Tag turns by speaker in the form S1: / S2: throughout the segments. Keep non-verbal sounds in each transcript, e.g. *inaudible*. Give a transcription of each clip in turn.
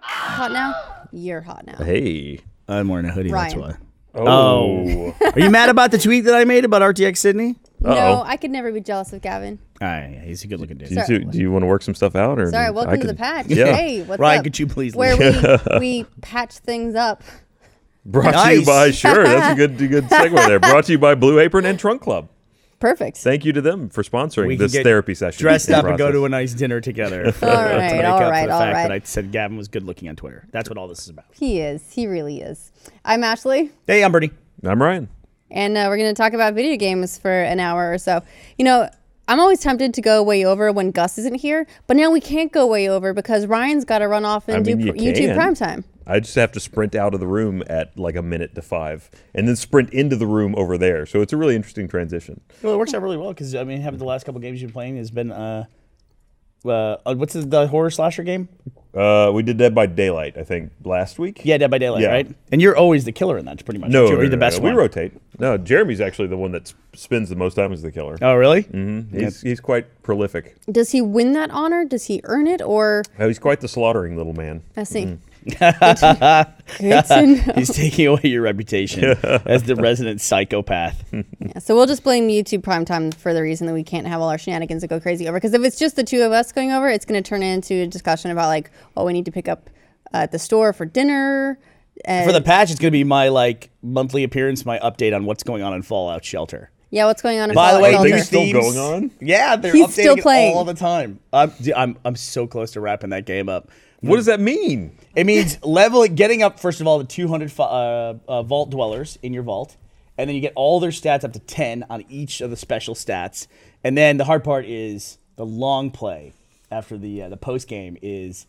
S1: hot now? You're hot now.
S2: Hey.
S3: I'm wearing a hoodie. That's
S1: Ryan.
S3: why.
S2: Oh.
S3: Are you mad about the tweet that I made about RTX Sydney?
S1: No, I could never be jealous of Gavin.
S3: All right, yeah, he's a good-looking dude.
S2: *laughs* Do you, do, do you want to work some stuff out or?
S1: Sorry,
S2: I
S1: welcome to
S2: could-
S1: the patch.
S2: Yeah.
S1: Hey, what's
S3: Ryan,
S1: up?
S3: could you please
S1: Where
S3: leave?
S2: *laughs*
S1: we, we patch things up.
S2: Brought to you
S3: Nice.
S2: by sure. That's
S3: *laughs*
S2: a good good segue there. Brought to you by Blue Apron and Trunk Club.
S1: Perfect.
S2: Thank you to them for sponsoring
S3: We can
S2: this
S3: get
S2: therapy session.
S3: Dressed up and go
S2: process.
S3: to a nice dinner *laughs* together. for-
S1: All
S3: to
S1: right,
S3: make
S1: all
S3: up for
S1: right,
S3: the
S1: all
S3: fact
S1: right.
S3: That I said Gavin was good-looking on Twitter. That's what all this is about.
S1: he is. He really is. I'm Ashley.
S3: Hey, I'm Bernie.
S2: I'm Ryan.
S1: and uh, we're going to talk about video games for an hour or so. You know, I'm always tempted to go way over when Gus isn't here, but now we can't go way over because Ryan's got to run off and
S2: I mean,
S1: do
S2: you
S1: pr- YouTube
S2: can.
S1: primetime.
S2: I just have to sprint out of the room at like a minute to five, and then sprint into the room over there. So it's a really interesting transition.
S3: Well, it works out really well because I mean, having the last couple games you've been playing has been uh, uh, what's the, the horror slasher game?
S2: Uh, we did Dead by Daylight, I think, last week.
S3: Yeah, Dead by Daylight,
S2: Yeah.
S3: right? And you're always the killer in that, pretty much.
S2: No,
S3: you'll
S2: no,
S3: be
S2: no,
S3: the best
S2: no,
S3: one.
S2: We rotate. No, Jeremy's actually the one that s- spends the most time as the killer.
S3: Oh, really?
S1: *laughs*
S2: he's he's quite prolific.
S1: Does he win that honor? Does he earn it? Or,
S2: Oh, he's quite the slaughtering little man.
S1: I see. Good to
S2: *laughs*
S1: *laughs* know.
S3: *laughs* He's taking away your *laughs* reputation as the resident psychopath.
S1: Yeah, so we'll just blame YouTube primetime for the reason that we can't have all our shenanigans that go crazy over. Because if it's just the two of us going over, it's going to turn into a discussion about like what we need to pick up uh, at the store for dinner. And,
S3: For the patch, it's going to be my like monthly appearance, my update on what's going on in Fallout Shelter.
S1: yeah, what's going on? in
S3: By the
S1: Fallout
S3: way,
S2: Shelter.
S3: these
S2: Things still
S3: thieves-
S2: going on?
S3: Yeah, they're
S1: He's
S3: updating
S1: still
S3: it
S1: playing.
S3: all the time. I'm, dude, I'm I'm so close to wrapping that game up.
S2: What does that mean?
S3: It means *laughs* leveling, getting up first of all the 200 fa- uh, uh, vault dwellers in your vault, and then you get all their stats up to 10 on each of the special stats. And then the hard part is the long play after the uh, the post game is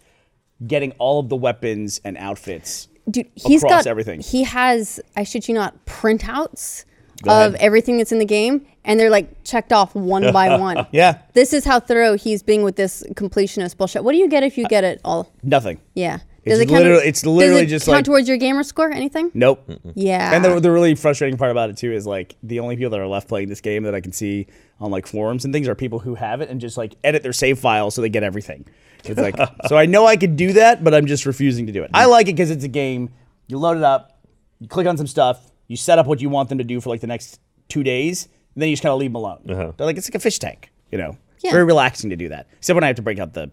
S3: getting all of the weapons and outfits.
S1: Dude, he's
S3: across
S1: got
S3: everything.
S1: He has, I shit you not, printouts
S3: ahead.
S1: of everything that's in the game, and they're like checked off one
S3: *laughs*
S1: by one.
S3: Yeah.
S1: This is how thorough he's being with this completionist bullshit. What do you get if you get it all?
S3: Nothing.
S1: Yeah.
S3: It's literally- it's literally
S1: does it
S3: just
S1: count
S3: like-
S1: towards your gamer score. Anything?
S3: Nope.
S1: Yeah.
S3: And the, the really frustrating part about it too is like the only people that are left playing this game that I can see on like forums and things are people who have it and just like edit their save file so they get everything. It's
S1: *laughs*
S3: like so I know I could do that, but I'm just refusing to do it. I like it because it's a game. You load it up, you click on some stuff, you set up what you want them to do for like the next two days, and then you just kind of leave them alone. They're like it's like a fish tank, you know.
S1: Uh-huh. Yeah.
S3: Very relaxing to do that. Except when I have to break out the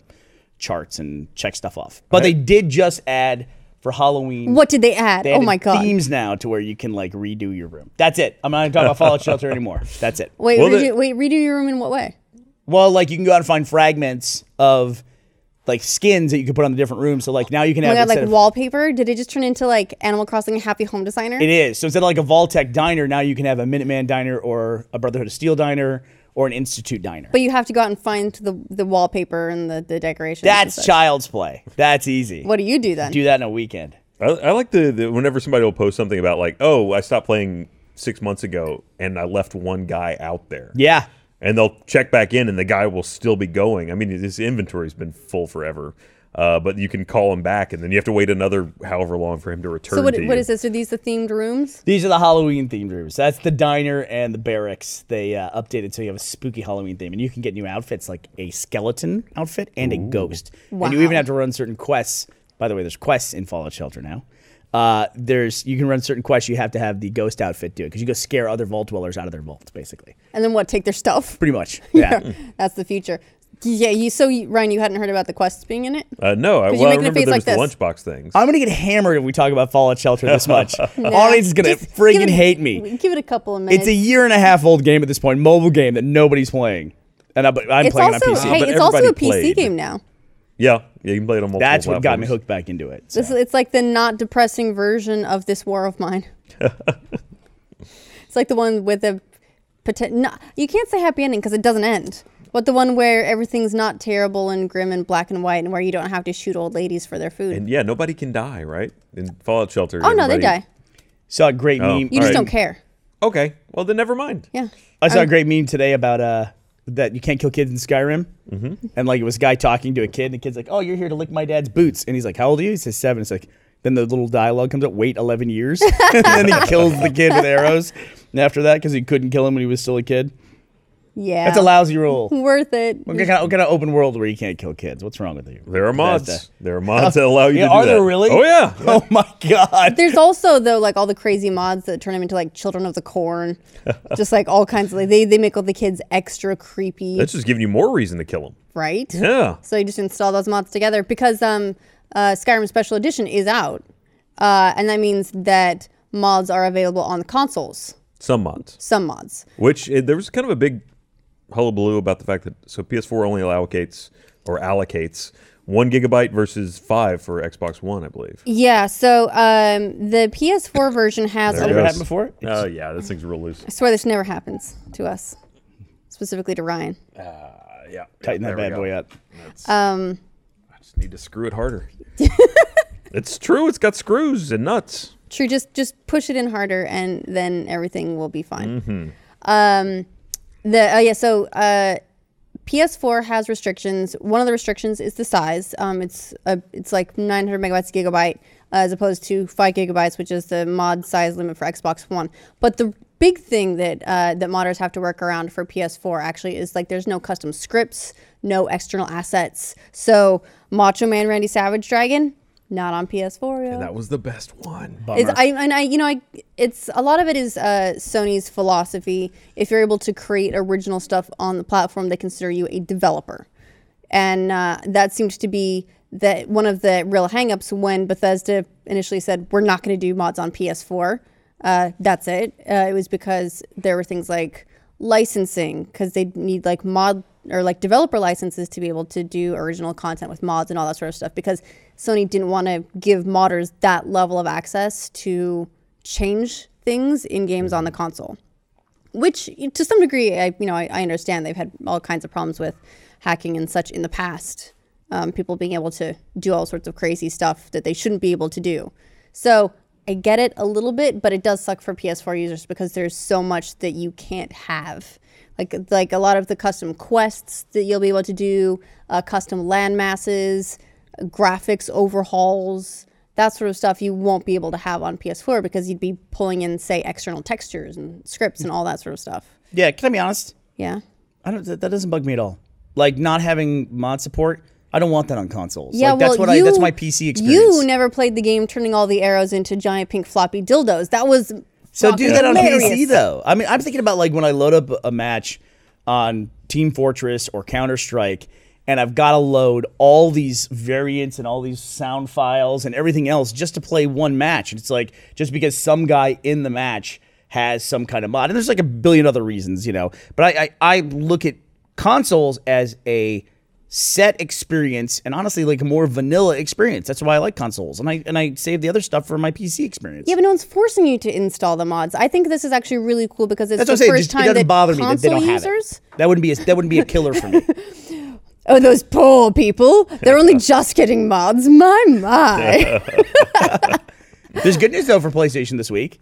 S3: charts and check stuff off. But they did just add for Halloween
S1: what did they add?
S3: they
S1: oh
S3: added
S1: my god.
S3: Themes now to where you can like redo your room. That's it. I'm not even talking
S1: *laughs*
S3: about Fallout Shelter anymore. That's it.
S1: Wait,
S2: Well,
S1: redo,
S2: they-
S1: wait, redo your room in what way?
S3: Well, like you can go out and find fragments of like skins that you can put on the different rooms. So like now you can
S1: Oh
S3: have
S1: my god,
S3: instead
S1: like
S3: of-
S1: wallpaper. Did it just turn into like Animal Crossing Happy Home Designer?
S3: it is. So instead of like a Voltec diner, now you can have a Minuteman diner or a Brotherhood of Steel diner or an Institute diner.
S1: but you have to go out and find the, the wallpaper and the, the decorations. and
S3: That's
S1: such.
S3: child's play. That's easy.
S1: What do you do then?
S3: Do that in a weekend.
S2: I, I like the, the whenever somebody will post something about like, oh, I stopped playing six months ago and I left one guy out there.
S3: Yeah.
S2: And they'll check back in and the guy will still be going. I mean, his inventory's been full forever. Uh, but you can call him back and then you have to wait another however long for him to return
S1: So what,
S2: to you.
S1: what is this? Are these the themed rooms?
S3: These are the Halloween themed rooms. That's the diner and the barracks. They uh, updated so you have a spooky Halloween theme, and you can get new outfits like a skeleton outfit and a ghost. And you even
S1: Wow.
S3: have to run certain quests. By the way, there's quests in Fallout Shelter now. Uh, there's you can run certain quests. You have to have the ghost outfit do it because you go scare other vault dwellers out of their vaults, basically.
S1: And then what? Take their stuff?
S3: Pretty
S1: *laughs*
S3: much. Yeah.
S1: That's the future. Yeah. You, so you, Ryan, you hadn't heard about the quests being in it?
S2: Uh, no, I,
S1: 'Cause you're making
S2: well, I
S1: a
S2: remember
S1: face
S2: there
S1: like
S2: was the
S1: this. Uh,
S2: lunchbox things.
S3: I'm gonna get hammered if we talk about Fallout Shelter this
S1: *laughs*
S3: much. Audience is gonna
S1: Just give
S3: friggin'
S1: it-
S3: hate me.
S1: Give it a couple of minutes.
S3: It's a year and a half old game at this point, mobile game that nobody's playing, and I, but I'm
S1: It's
S3: playing
S1: also
S3: on PC.
S1: hey,
S2: but
S1: it's also a PC
S2: everybody played.
S1: game now.
S2: yeah, yeah, you can play it on multiple
S3: That's what got me
S2: platforms.
S3: hooked back into it. So.
S1: This, it's like the not depressing version of this war of
S2: *laughs*
S1: mine. it's like the one with the potential. No, you can't say happy ending because it doesn't end. But the one where everything's not terrible and grim and black and white, and where you don't have to shoot old ladies for their food.
S2: And yeah, nobody can die, right? In Fallout Shelter.
S1: oh no, they
S2: everybody-
S1: die.
S3: Saw a great
S2: Oh.
S3: meme.
S1: You
S2: All
S1: just
S2: right.
S1: don't care.
S2: Okay, well then never mind.
S1: Yeah.
S3: I saw a great meme today about uh that you can't kill kids in Skyrim, mm-hmm. and like it was a guy talking to a kid, and the kid's like, "Oh, you're here to lick my dad's boots," and he's like, "How old are you?" He says seven. It's like then the little dialogue comes up. Wait, eleven years, *laughs*
S2: *laughs*
S3: and then he kills the kid with arrows. And after that, because he couldn't kill him when he was still a kid.
S1: Yeah.
S3: That's a lousy rule.
S1: Worth it. *laughs*
S3: What kind, of, what kind of open world where you can't kill kids? What's wrong with you?
S2: There are mods.
S3: Bethesda.
S2: There are mods that allow you
S3: Yeah,
S2: to do
S3: are there
S2: that.
S3: really?
S2: Oh yeah.
S3: Oh my god!
S1: There's also though like all the crazy mods that turn them into like children of the
S2: *laughs*
S1: corn, just like all kinds of like they they make all the kids extra creepy,
S2: That's just giving you more reason to kill them. *laughs*
S1: right?
S2: Yeah.
S1: So you just install those mods together because um, uh, Skyrim Special Edition is out, uh, and that means that mods are available on the consoles.
S2: Some mods.
S1: Some mods.
S2: Which eh, there was kind of a big hullabaloo about the fact that so PS4 only allocates or allocates one gigabyte versus five for Xbox One, I believe.
S1: Yeah. So um, the PS4 version has. a-
S2: There it
S3: Never
S2: goes.
S3: happened before.
S2: Oh yeah, this thing's real loose.
S1: I swear this never happens to us, specifically to Ryan.
S2: yeah,
S3: Tighten that bad boy up.
S2: Just need to screw it *laughs* harder. it's true. It's got screws and nuts.
S1: True. Just just push it in harder, and then everything will be fine. Um, the oh yeah. So uh, PS4 has restrictions. One of the restrictions is the size. Um, it's a, it's like 900 megabytes gigabyte uh, as opposed to five gigabytes, which is the mod size limit for Xbox One. But the big thing that uh, that modders have to work around for PS4 actually is like there's no custom scripts, no external assets. So Macho Man Randy Savage Dragon. Not on PS4. yo.
S2: That was the best one.
S1: It's, I, and I, you know, I, it's a lot of it is uh, Sony's philosophy. If you're able to create original stuff on the platform, they consider you a developer, and uh, that seems to be that one of the real hangups when Bethesda initially said we're not going to do mods on PS4. Uh, that's it. Uh, it was because there were things like licensing because they need like mod or like developer licenses to be able to do original content with mods and all that sort of stuff because Sony didn't want to give modders that level of access to change things in games on the console which to some degree I, you know I, I understand they've had all kinds of problems with hacking and such in the past um, people being able to do all sorts of crazy stuff that they shouldn't be able to do so i get it a little bit but it does suck for ps4 users because there's so much that you can't have like like a lot of the custom quests that you'll be able to do uh, custom land masses graphics overhauls that sort of stuff you won't be able to have on PS4 because you'd be pulling in, say, external textures and scripts and all that sort of stuff.
S3: Yeah, can I be honest?
S1: Yeah.
S3: I don't. That, that doesn't bug me at all. Like not having mod support, I don't want that on consoles.
S1: Yeah,
S3: like,
S1: well,
S3: that's what
S1: you,
S3: I. That's my PC experience.
S1: You never played the game turning all the arrows into giant pink floppy dildos. That was
S3: So do
S1: fucking
S3: that on PC
S1: hilarious.
S3: though. I mean, I'm thinking about like when I load up a match on Team Fortress or Counter Strike, and I've got to load all these variants and all these sound files and everything else just to play one match. And it's like just because some guy in the match has some kind of mod, and there's like a billion other reasons, you know. But I I, I look at consoles as a set experience and honestly like a more vanilla experience that's why i like consoles and i and i save the other stuff for my pc experience
S1: Yeah, but no one's forcing you to install the mods. I think this is actually really cool because it's
S3: That's
S1: the
S3: what I'm saying.
S1: first
S3: Just, it
S1: time
S3: doesn't
S1: that
S3: bother me
S1: console
S3: that they don't have
S1: users.
S3: it. That wouldn't be a, that wouldn't be a killer
S1: *laughs*
S3: for me.
S1: Oh, those poor people. They're only just getting mods. My, *laughs* my.
S3: There's good news though for PlayStation this week.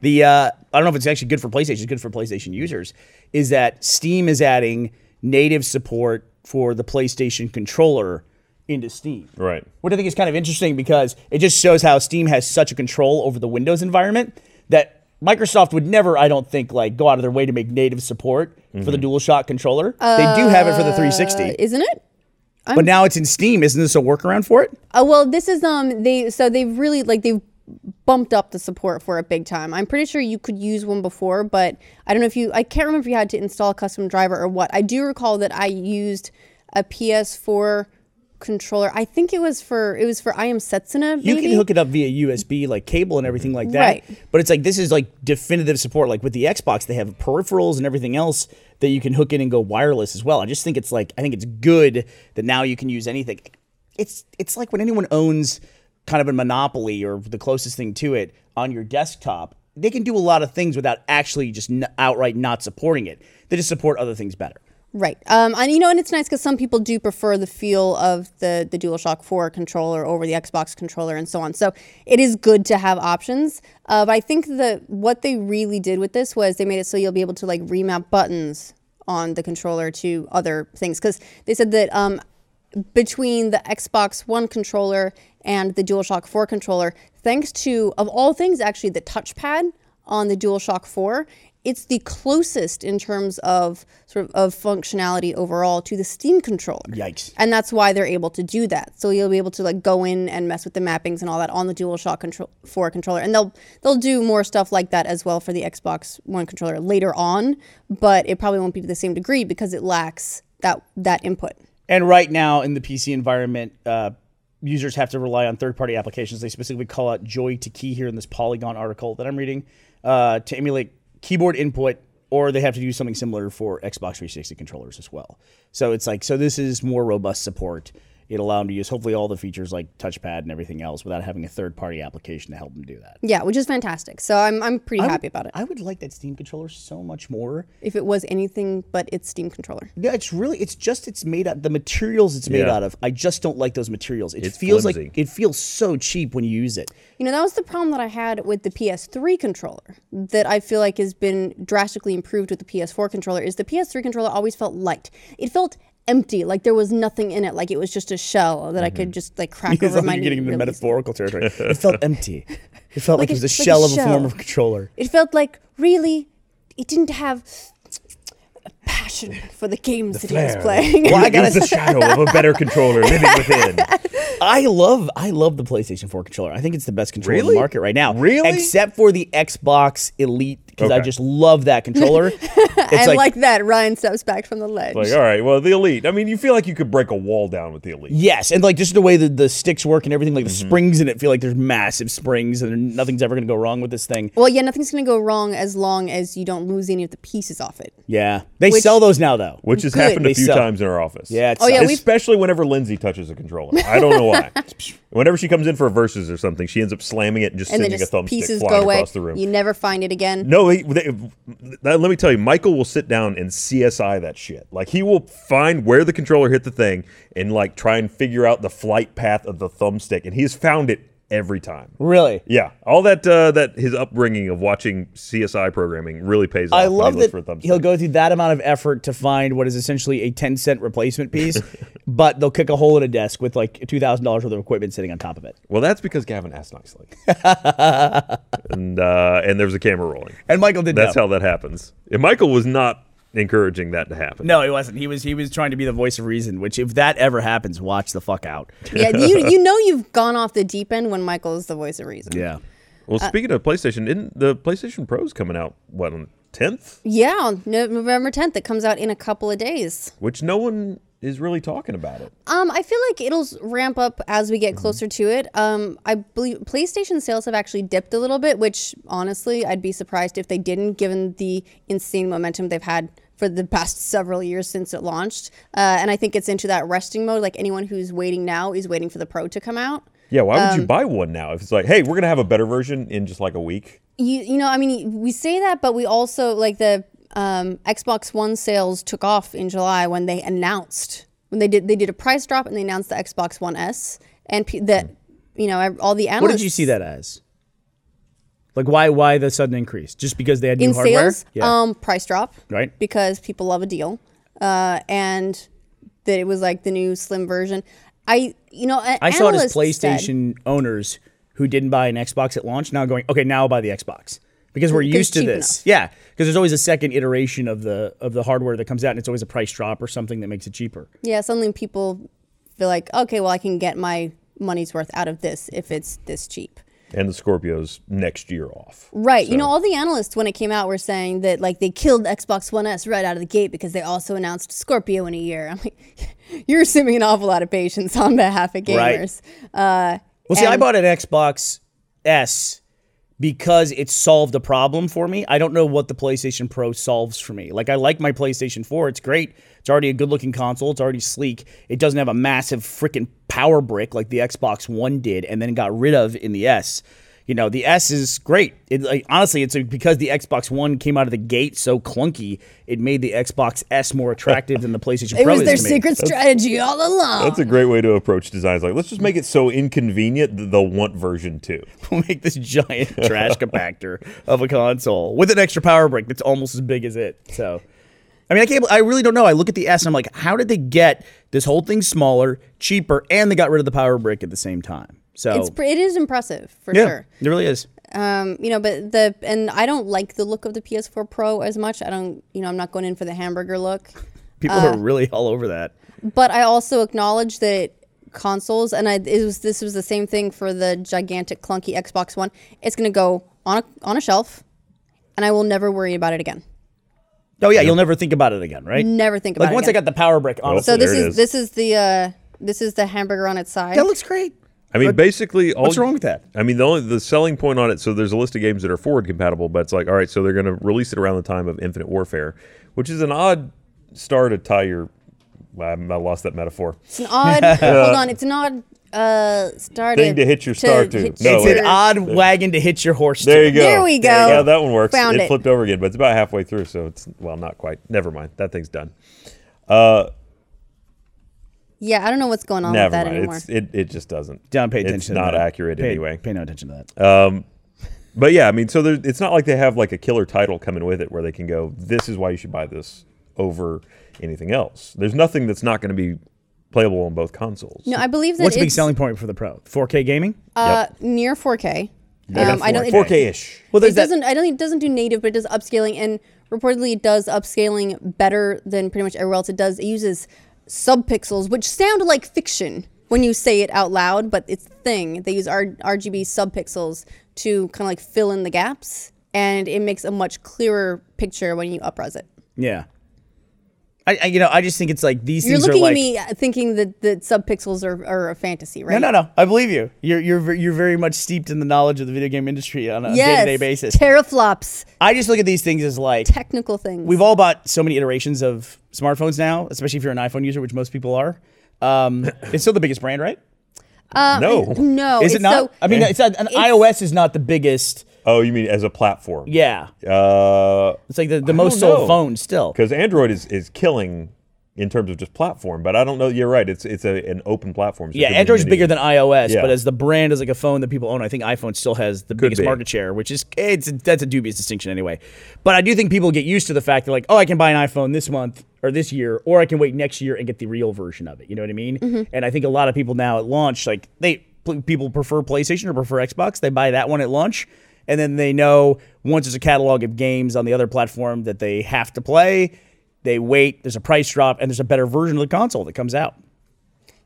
S3: The uh, I don't know if it's actually good for PlayStation. It's good for PlayStation users. Is that Steam is adding native support for the PlayStation controller into Steam.
S2: Right.
S3: What I think is kind of interesting because it just shows how Steam has such a control over the Windows environment that Microsoft would never, I don't think, like go out of their way to make native support for the DualShock controller. they do have it for the 360,
S1: Uh, Isn't it?
S3: but now it's in Steam. Isn't this a workaround for it?
S1: Uh, well, this is um they so they've really like they've bumped up the support for it big time. I'm pretty sure you could use one before, but I don't know if you I can't remember if you had to install a custom driver or what. I do recall that I used a PS4 controller. I think it was for it was for I am Setsuna.
S3: You
S1: Maybe?
S3: can hook it up via USB, like cable and everything like that.
S1: Right.
S3: But it's like this is like definitive support. Like with the Xbox, they have peripherals and everything else that you can hook in and go wireless as well. I just think it's like I think it's good that now you can use anything. It's it's like when anyone owns kind of a monopoly or the closest thing to it on your desktop. They can do a lot of things without actually just n- outright not supporting it. They just support other things better.
S1: Right. Um, and you know, and it's nice because some people do prefer the feel of the the DualShock 4 controller over the Xbox controller and so on. So it is good to have options. Uh, but I think that what they really did with this was they made it so you'll be able to like remap buttons on the controller to other things because they said that um, between the Xbox One controller and the DualShock 4 controller, thanks to, of all things, actually, the touchpad on the DualShock 4 it's the closest in terms of sort of, of functionality overall to the Steam controller.
S3: Yikes.
S1: And that's why they're able to do that. So you'll be able to like go in and mess with the mappings and all that on the DualShock control four controller, and they'll they'll do more stuff like that as well for the Xbox One controller later on, but it probably won't be to the same degree because it lacks that that input.
S3: And right now in the PC environment, uh, users have to rely on third-party applications. They specifically call out Joy to Key here in this Polygon article that I'm reading uh, to emulate keyboard input, or they have to do something similar for Xbox 360 controllers as well. So it's like so this is more robust support. It'll allow them to use hopefully all the features like touchpad and everything else without having a third-party application to help them do that.
S1: Yeah, which is fantastic. So I'm I'm pretty happy about it.
S3: I would like that Steam controller so much more.
S1: if it was anything but its Steam controller.
S3: No, it's really it's just it's made out the materials it's made
S2: Yeah.
S3: out of. I just don't like those materials. It feels
S2: flimsy.
S3: like it feels so cheap when you use it.
S1: You know, that was the problem that I had with the PS3 controller that I feel like has been drastically improved with the PS4 controller is the PS3 controller always felt light. It felt empty, like there was nothing in it, like it was just a shell that I could just Mm-hmm. *laughs* like
S3: *laughs*
S1: crack over my knee really easily.
S3: territory. it felt
S1: *laughs*
S3: empty. It felt like,
S1: Like
S3: it was
S1: a-
S3: a
S1: like a
S3: shell of a
S1: shell.
S3: form of controller.
S1: It felt like really it didn't have a passion for the games that it was playing. *laughs*
S2: Well, I got the shadow of a better controller living *laughs* within.
S3: I love I love the PlayStation 4 controller. I think it's the best controller in
S2: Really?
S3: the market right now.
S2: Really?
S3: Except for the Xbox Elite because I
S2: Okay.
S3: just love that
S1: *laughs*
S3: controller.
S1: and
S3: it's
S1: like,
S3: like,
S1: that, Ryan steps back from the ledge.
S2: Like, all right, well, the elite. I mean, you feel like you could break a wall down with the elite.
S3: Yes, and like just the way that the sticks work and everything, like the springs in it feel like there's massive springs and nothing's ever gonna go wrong with this thing.
S1: well, yeah, nothing's gonna go wrong as long as you don't lose any of the pieces off it.
S3: Yeah. They
S1: Which-
S3: sell those now though.
S2: Which has
S1: Good.
S2: happened
S3: They
S2: a few
S3: sell.
S2: times in our office.
S3: Yeah, it
S1: Oh, yeah,
S3: sucks.
S1: we've-
S2: Especially whenever Lindsay touches a controller. I don't
S1: *laughs*
S2: know why. whenever she comes in for a versus or something, she ends up slamming it and just
S1: and then
S2: sending
S1: just
S2: a thumbstick
S1: pieces
S2: flying
S1: go away.
S2: across the room.
S1: You never find it again.
S2: No, he, they, that, let me tell you, Michael will sit down and CSI that shit. Like he will find where the controller hit the thing and like try and figure out the flight path of the thumbstick, and he's found it every time.
S3: Really?
S2: Yeah, all that uh, that his upbringing of watching CSI programming really pays off.
S3: I
S2: when
S3: love
S2: he looks
S3: that
S2: for a thumbstick.
S3: he'll go through that amount of effort to find what is essentially a 10 cent replacement
S2: *laughs*
S3: piece, but they'll kick a hole in a desk with like $2,000 worth of equipment sitting on top of it.
S2: Well, that's because Gavin asked nicely,
S3: *laughs*
S2: and uh, and there was a camera rolling.
S3: And Michael did
S2: That's
S3: know.
S2: how that happens. And Michael was not encouraging that to happen.
S3: No, he wasn't. He was he was trying to be the voice of reason, which if that ever happens, watch the fuck out.
S1: Yeah,
S2: *laughs*
S1: you you know you've gone off the deep end when Michael is the voice of reason.
S3: Yeah.
S2: Well,
S3: Uh,
S2: speaking of PlayStation, isn't the PlayStation Pro's coming out what on tenth?
S1: Yeah, on No- November 10th that comes out in a couple of days.
S2: Which no one is really talking about it.
S1: Um, I feel like it'll s- ramp up as we get closer to it. Um, I believe PlayStation sales have actually dipped a little bit, which honestly I'd be surprised if they didn't, given the insane momentum they've had for the past several years since it launched. Uh, and I think it's into that resting mode. Like anyone who's waiting now is waiting for the Pro to come out.
S2: Yeah, why would you
S3: Um,
S2: buy one now if it's like, hey, we're gonna have a better version in just like a week?
S1: you you know i mean we say that but we also like the um, xbox one sales took off in july when they announced when they did they did a price drop and they announced the xbox one s and pe- that you know ev- all the analysts
S3: What did you see that as? Like why why the sudden increase? Just because they had new
S1: in
S3: hardware?
S1: sales um price drop
S3: Right.
S1: because people love a deal uh, and that it was like the new slim version i you know a-
S3: I saw it as
S1: analysts said-
S3: PlayStation owners who didn't buy an Xbox at launch now going, okay, now I'll buy the Xbox because we're
S1: Because
S3: used to
S1: cheap
S3: this. Yeah, because there's always a second iteration of the of the hardware that comes out, and it's always a price drop or something that makes it cheaper.
S1: Yeah, suddenly people feel like, okay, well, I can get my money's worth out of this if it's this cheap.
S2: And the Scorpio's next year off.
S1: Right. You know, all the analysts when it came out were saying that like they killed Xbox One S right out of the gate because they also announced Scorpio in a year. I'm like, *laughs* you're assuming an awful lot of patience on behalf of
S3: Right.
S1: gamers. Uh,
S3: Well, see, I
S1: And-
S3: bought an Xbox S because it solved a problem for me. I don't know what the PlayStation Pro solves for me. Like, I like my PlayStation 4. It's great. It's already a good looking console. It's already sleek. It doesn't have a massive freaking power brick like the Xbox One did and then got rid of in the S. You know, the S is great. It, like, honestly, it's uh, because the Xbox One came out of the gate so clunky, it made the Xbox S more attractive than the PlayStation
S1: it
S3: Pro.
S1: was
S3: is
S1: their
S3: to me.
S1: secret strategy all along.
S2: That's a great way to approach designs. Like, let's just make it so inconvenient that they'll want version two.
S3: *laughs* We'll make this
S2: *laughs*
S3: giant trash compactor of a console with an extra power brick that's almost as big as it. So, I mean, I can't. I really don't know. I look at the S and I'm like, how did they get this whole thing smaller, cheaper, and they got rid of the power brick at the same time? So,
S1: It's pre- it is impressive for
S3: yeah,
S1: sure.
S3: it really is.
S1: Um, you know, but the and I don't like the look of the PS4 Pro as much. I don't, you know, I'm not going in for the hamburger look.
S3: People
S1: Uh,
S3: are really all over that.
S1: But I also acknowledge that consoles and I it was this was the same thing for the gigantic clunky Xbox One. It's going to go on a, on a shelf, and I will never worry about it again.
S3: Oh yeah, you'll never think about it again, right?
S1: Never think about
S3: Like
S1: it.
S3: once I
S1: again.
S3: got the power brick, honestly,
S1: so this
S2: Oh, There it
S1: is,
S2: is.
S1: this is the uh, this is the hamburger on its side.
S3: that looks great.
S2: I mean, basically, all
S3: What's wrong with that?
S2: I mean, the only the selling point on it. So there's a list of games that are forward compatible, but it's like, all right, so they're going to release it around the time of Infinite Warfare, which is an odd star to tie your. I, I lost that metaphor.
S1: It's an
S3: *laughs*
S1: odd. hold on, it's an odd uh, start
S2: Thing to hit your star to.
S1: hit
S2: No,
S3: It's
S2: wait.
S1: your-
S3: an odd wagon to hit your horse.
S2: oh, There you
S3: to.
S2: go.
S1: There we go.
S2: Yeah, that one works.
S1: Found
S2: it,
S1: it.
S2: flipped over again, but it's about halfway through, so it's well, not quite. Never mind. That thing's done. Uh,
S1: Yeah, I don't know what's going on with
S2: never
S1: that
S2: mind.
S1: anymore.
S2: It's, it it just doesn't.
S3: Don't pay attention.
S2: It's
S3: to
S2: not
S3: that.
S2: accurate
S3: Pay-
S2: anyway.
S3: Pay no attention to that.
S2: But yeah, I mean, so there, it's not like they have like a killer title coming with it where they can go, this is why you should buy this over anything else. There's nothing that's not going to be playable on both consoles.
S1: no, I believe that
S3: What's the big
S1: it's
S3: selling point for the Pro? 4K gaming.
S1: uh, near 4K. Um, I don't. It,
S2: 4K ish.
S3: Well,
S1: it
S3: there's that.
S1: doesn't. I don't. It doesn't do native, but it does upscaling, and reportedly it does upscaling better than pretty much everywhere else. It does. It uses subpixels, which sound like fiction when you say it out loud, but it's a thing. They use R- RGB subpixels to kind of like fill in the gaps, and it makes a much clearer picture when you upres it.
S3: Yeah. I, I you know I just think it's like these
S1: You're
S3: things
S1: looking
S3: are like
S1: at me uh, thinking that that subpixels are, are a fantasy, right?
S3: No, no, no. I believe you. You're you're ver- you're very much steeped in the knowledge of the video game industry on a
S1: Yes.
S3: day-to-day basis.
S1: Teraflops,
S3: I just look at these things as like
S1: technical things.
S3: we've all bought so many iterations of smartphones now, especially if you're an iPhone user, which most people are. *coughs* Um, it's still the biggest brand, right?
S1: Uh,
S2: No.
S1: no.
S3: Is it
S1: it's
S3: not?
S1: so-
S3: I mean, Oh, it's not, an iOS is not the biggest.
S2: Oh, you mean as a platform?
S3: Yeah,
S2: Because
S3: it's like the, the
S2: I
S3: most
S2: don't
S3: sold
S2: know.
S3: phone still.
S2: Android is, is killing in terms of just platform, but I don't know. You're right. It's it's a, an open platform. so it
S3: Yeah,
S2: could be
S3: Android's
S2: many-
S3: bigger than iOS,
S2: Yeah.
S3: but as the brand is like a phone that people own, I think iPhone still has the biggest
S2: be.
S3: market share, which is it's that's a dubious distinction anyway. But I do think people get used to the fact that like, oh, I can buy an iPhone this month or this year, or I can wait next year and get the real version of it. You know what I mean? And I think a lot of people now at launch, like they pl- people prefer PlayStation or prefer Xbox, they buy that one at launch. And then they know once there's a catalog of games on the other platform that they have to play, they wait, there's a price drop, and there's a better version of the console that comes out.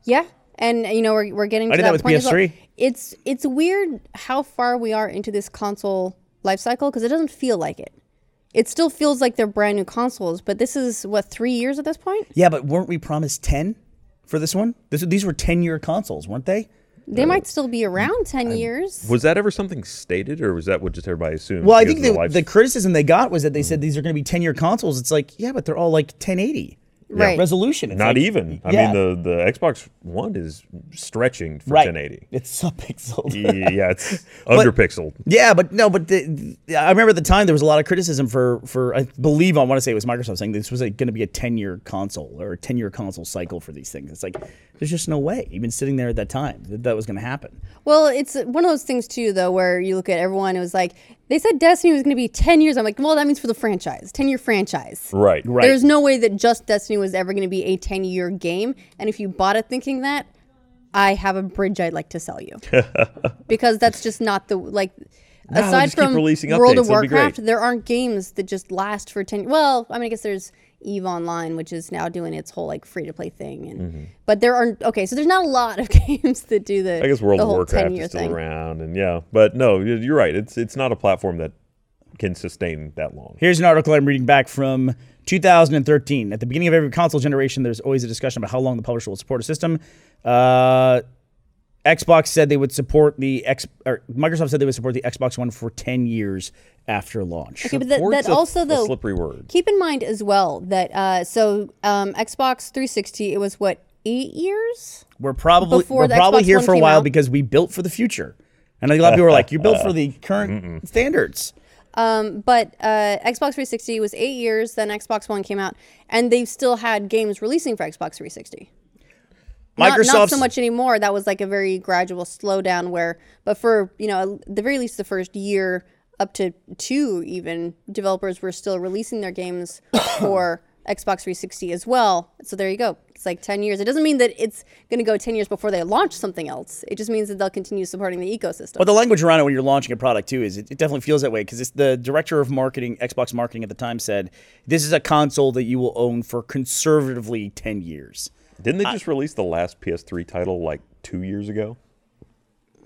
S1: Yeah, and you know we're, we're getting. To
S3: did
S1: that,
S3: that with
S1: point as well.
S3: PS3.
S1: It's it's weird how far we are into this console life cycle because it doesn't feel like it. It still feels like they're brand new consoles, but this is what three years at this point.
S3: Yeah, but weren't we promised 10 for this one? This, these were 10 year consoles, weren't they?
S1: They might still be around ten years.
S2: Was that ever something stated, or was that what just everybody assumed?
S3: Well, I
S2: because
S3: think
S2: of
S3: the,
S2: life- Mm.
S3: the criticism they got was that they said these are going to be 10 year consoles. It's like, yeah, but they're all like 1080
S1: Right.
S3: resolution. It's
S2: not
S3: like-
S2: even. I
S3: yeah.
S2: mean, the, the Xbox One is stretching for
S3: right.
S2: 1080.
S3: It's subpixeled. *laughs*
S2: yeah, it's underpixeled.
S3: Yeah, but no, but the, the- I remember at the time there was a lot of criticism for for I believe I want to say it was Microsoft saying this was like going to be a ten year console or a ten year console cycle for these things. It's like there's just no way even sitting there at that time that that was going to happen.
S1: Well, it's one of those things too, though, where you look at everyone. It was like they said Destiny was going to be ten years. I'm like, well, that means for the franchise, ten year franchise.
S2: Right.
S3: Right.
S1: There's no way that just Destiny was ever going to be a 10 year game. And if you bought it thinking that, I have a bridge I'd like to sell
S2: *laughs*
S1: you. because that's just not the like
S2: they'll
S1: aside
S2: just keep
S1: from
S2: releasing
S1: World
S2: updates.
S1: of
S2: That'd be great.
S1: Warcraft, there aren't games that just last for 10 Well, I mean I guess there's Eve Online, which is now doing its whole like free to play thing, and
S2: Mm-hmm.
S1: but there aren't okay. So there's not a lot of *laughs* games that do the.
S2: I guess World
S1: the
S2: of
S1: whole
S2: Warcraft
S1: 10-year
S2: is still
S1: thing.
S2: around, and yeah, but no, y- you're right. It's it's not a platform that can sustain that long.
S3: Here's an article I'm reading back from 2013. At the beginning of every console generation, there's always a discussion about how long the publisher will support a system. Uh, Xbox said they would support the X, or Microsoft said they would support the Xbox One for 10 years after launch.
S1: Okay, but that,
S2: Support's
S1: that
S2: a-
S1: also
S2: a
S1: though
S2: slippery word.
S1: Keep in mind as well that uh, so um, Xbox 360, it was what eight years?
S3: We're probably
S1: Before
S3: we're
S1: the
S3: probably
S1: Xbox
S3: here
S1: One
S3: for a
S1: came
S3: while
S1: out.
S3: because we built for the future. And a lot of people were like, "You built for the current standards."
S1: Um, but uh, Xbox 360 was eight years. Then Xbox One came out, and they've still had games releasing for Xbox 360. Not, not so
S3: Microsoft's-
S1: much anymore. That was like a very gradual slowdown. Where, but for you know, at the very least, the first year up to two, even developers were still releasing their games *coughs* for Xbox 360 as well. So there you go. It's like 10 years. It doesn't mean that it's going to go 10 years before they launch something else. It just means that they'll continue supporting the ecosystem.
S3: But the language around it when you're launching a product too is it, it definitely feels that way because the director of marketing, Xbox marketing at the time, said this is a console that you will own for conservatively ten years.
S2: Didn't they just release the last PS3 title like two years ago?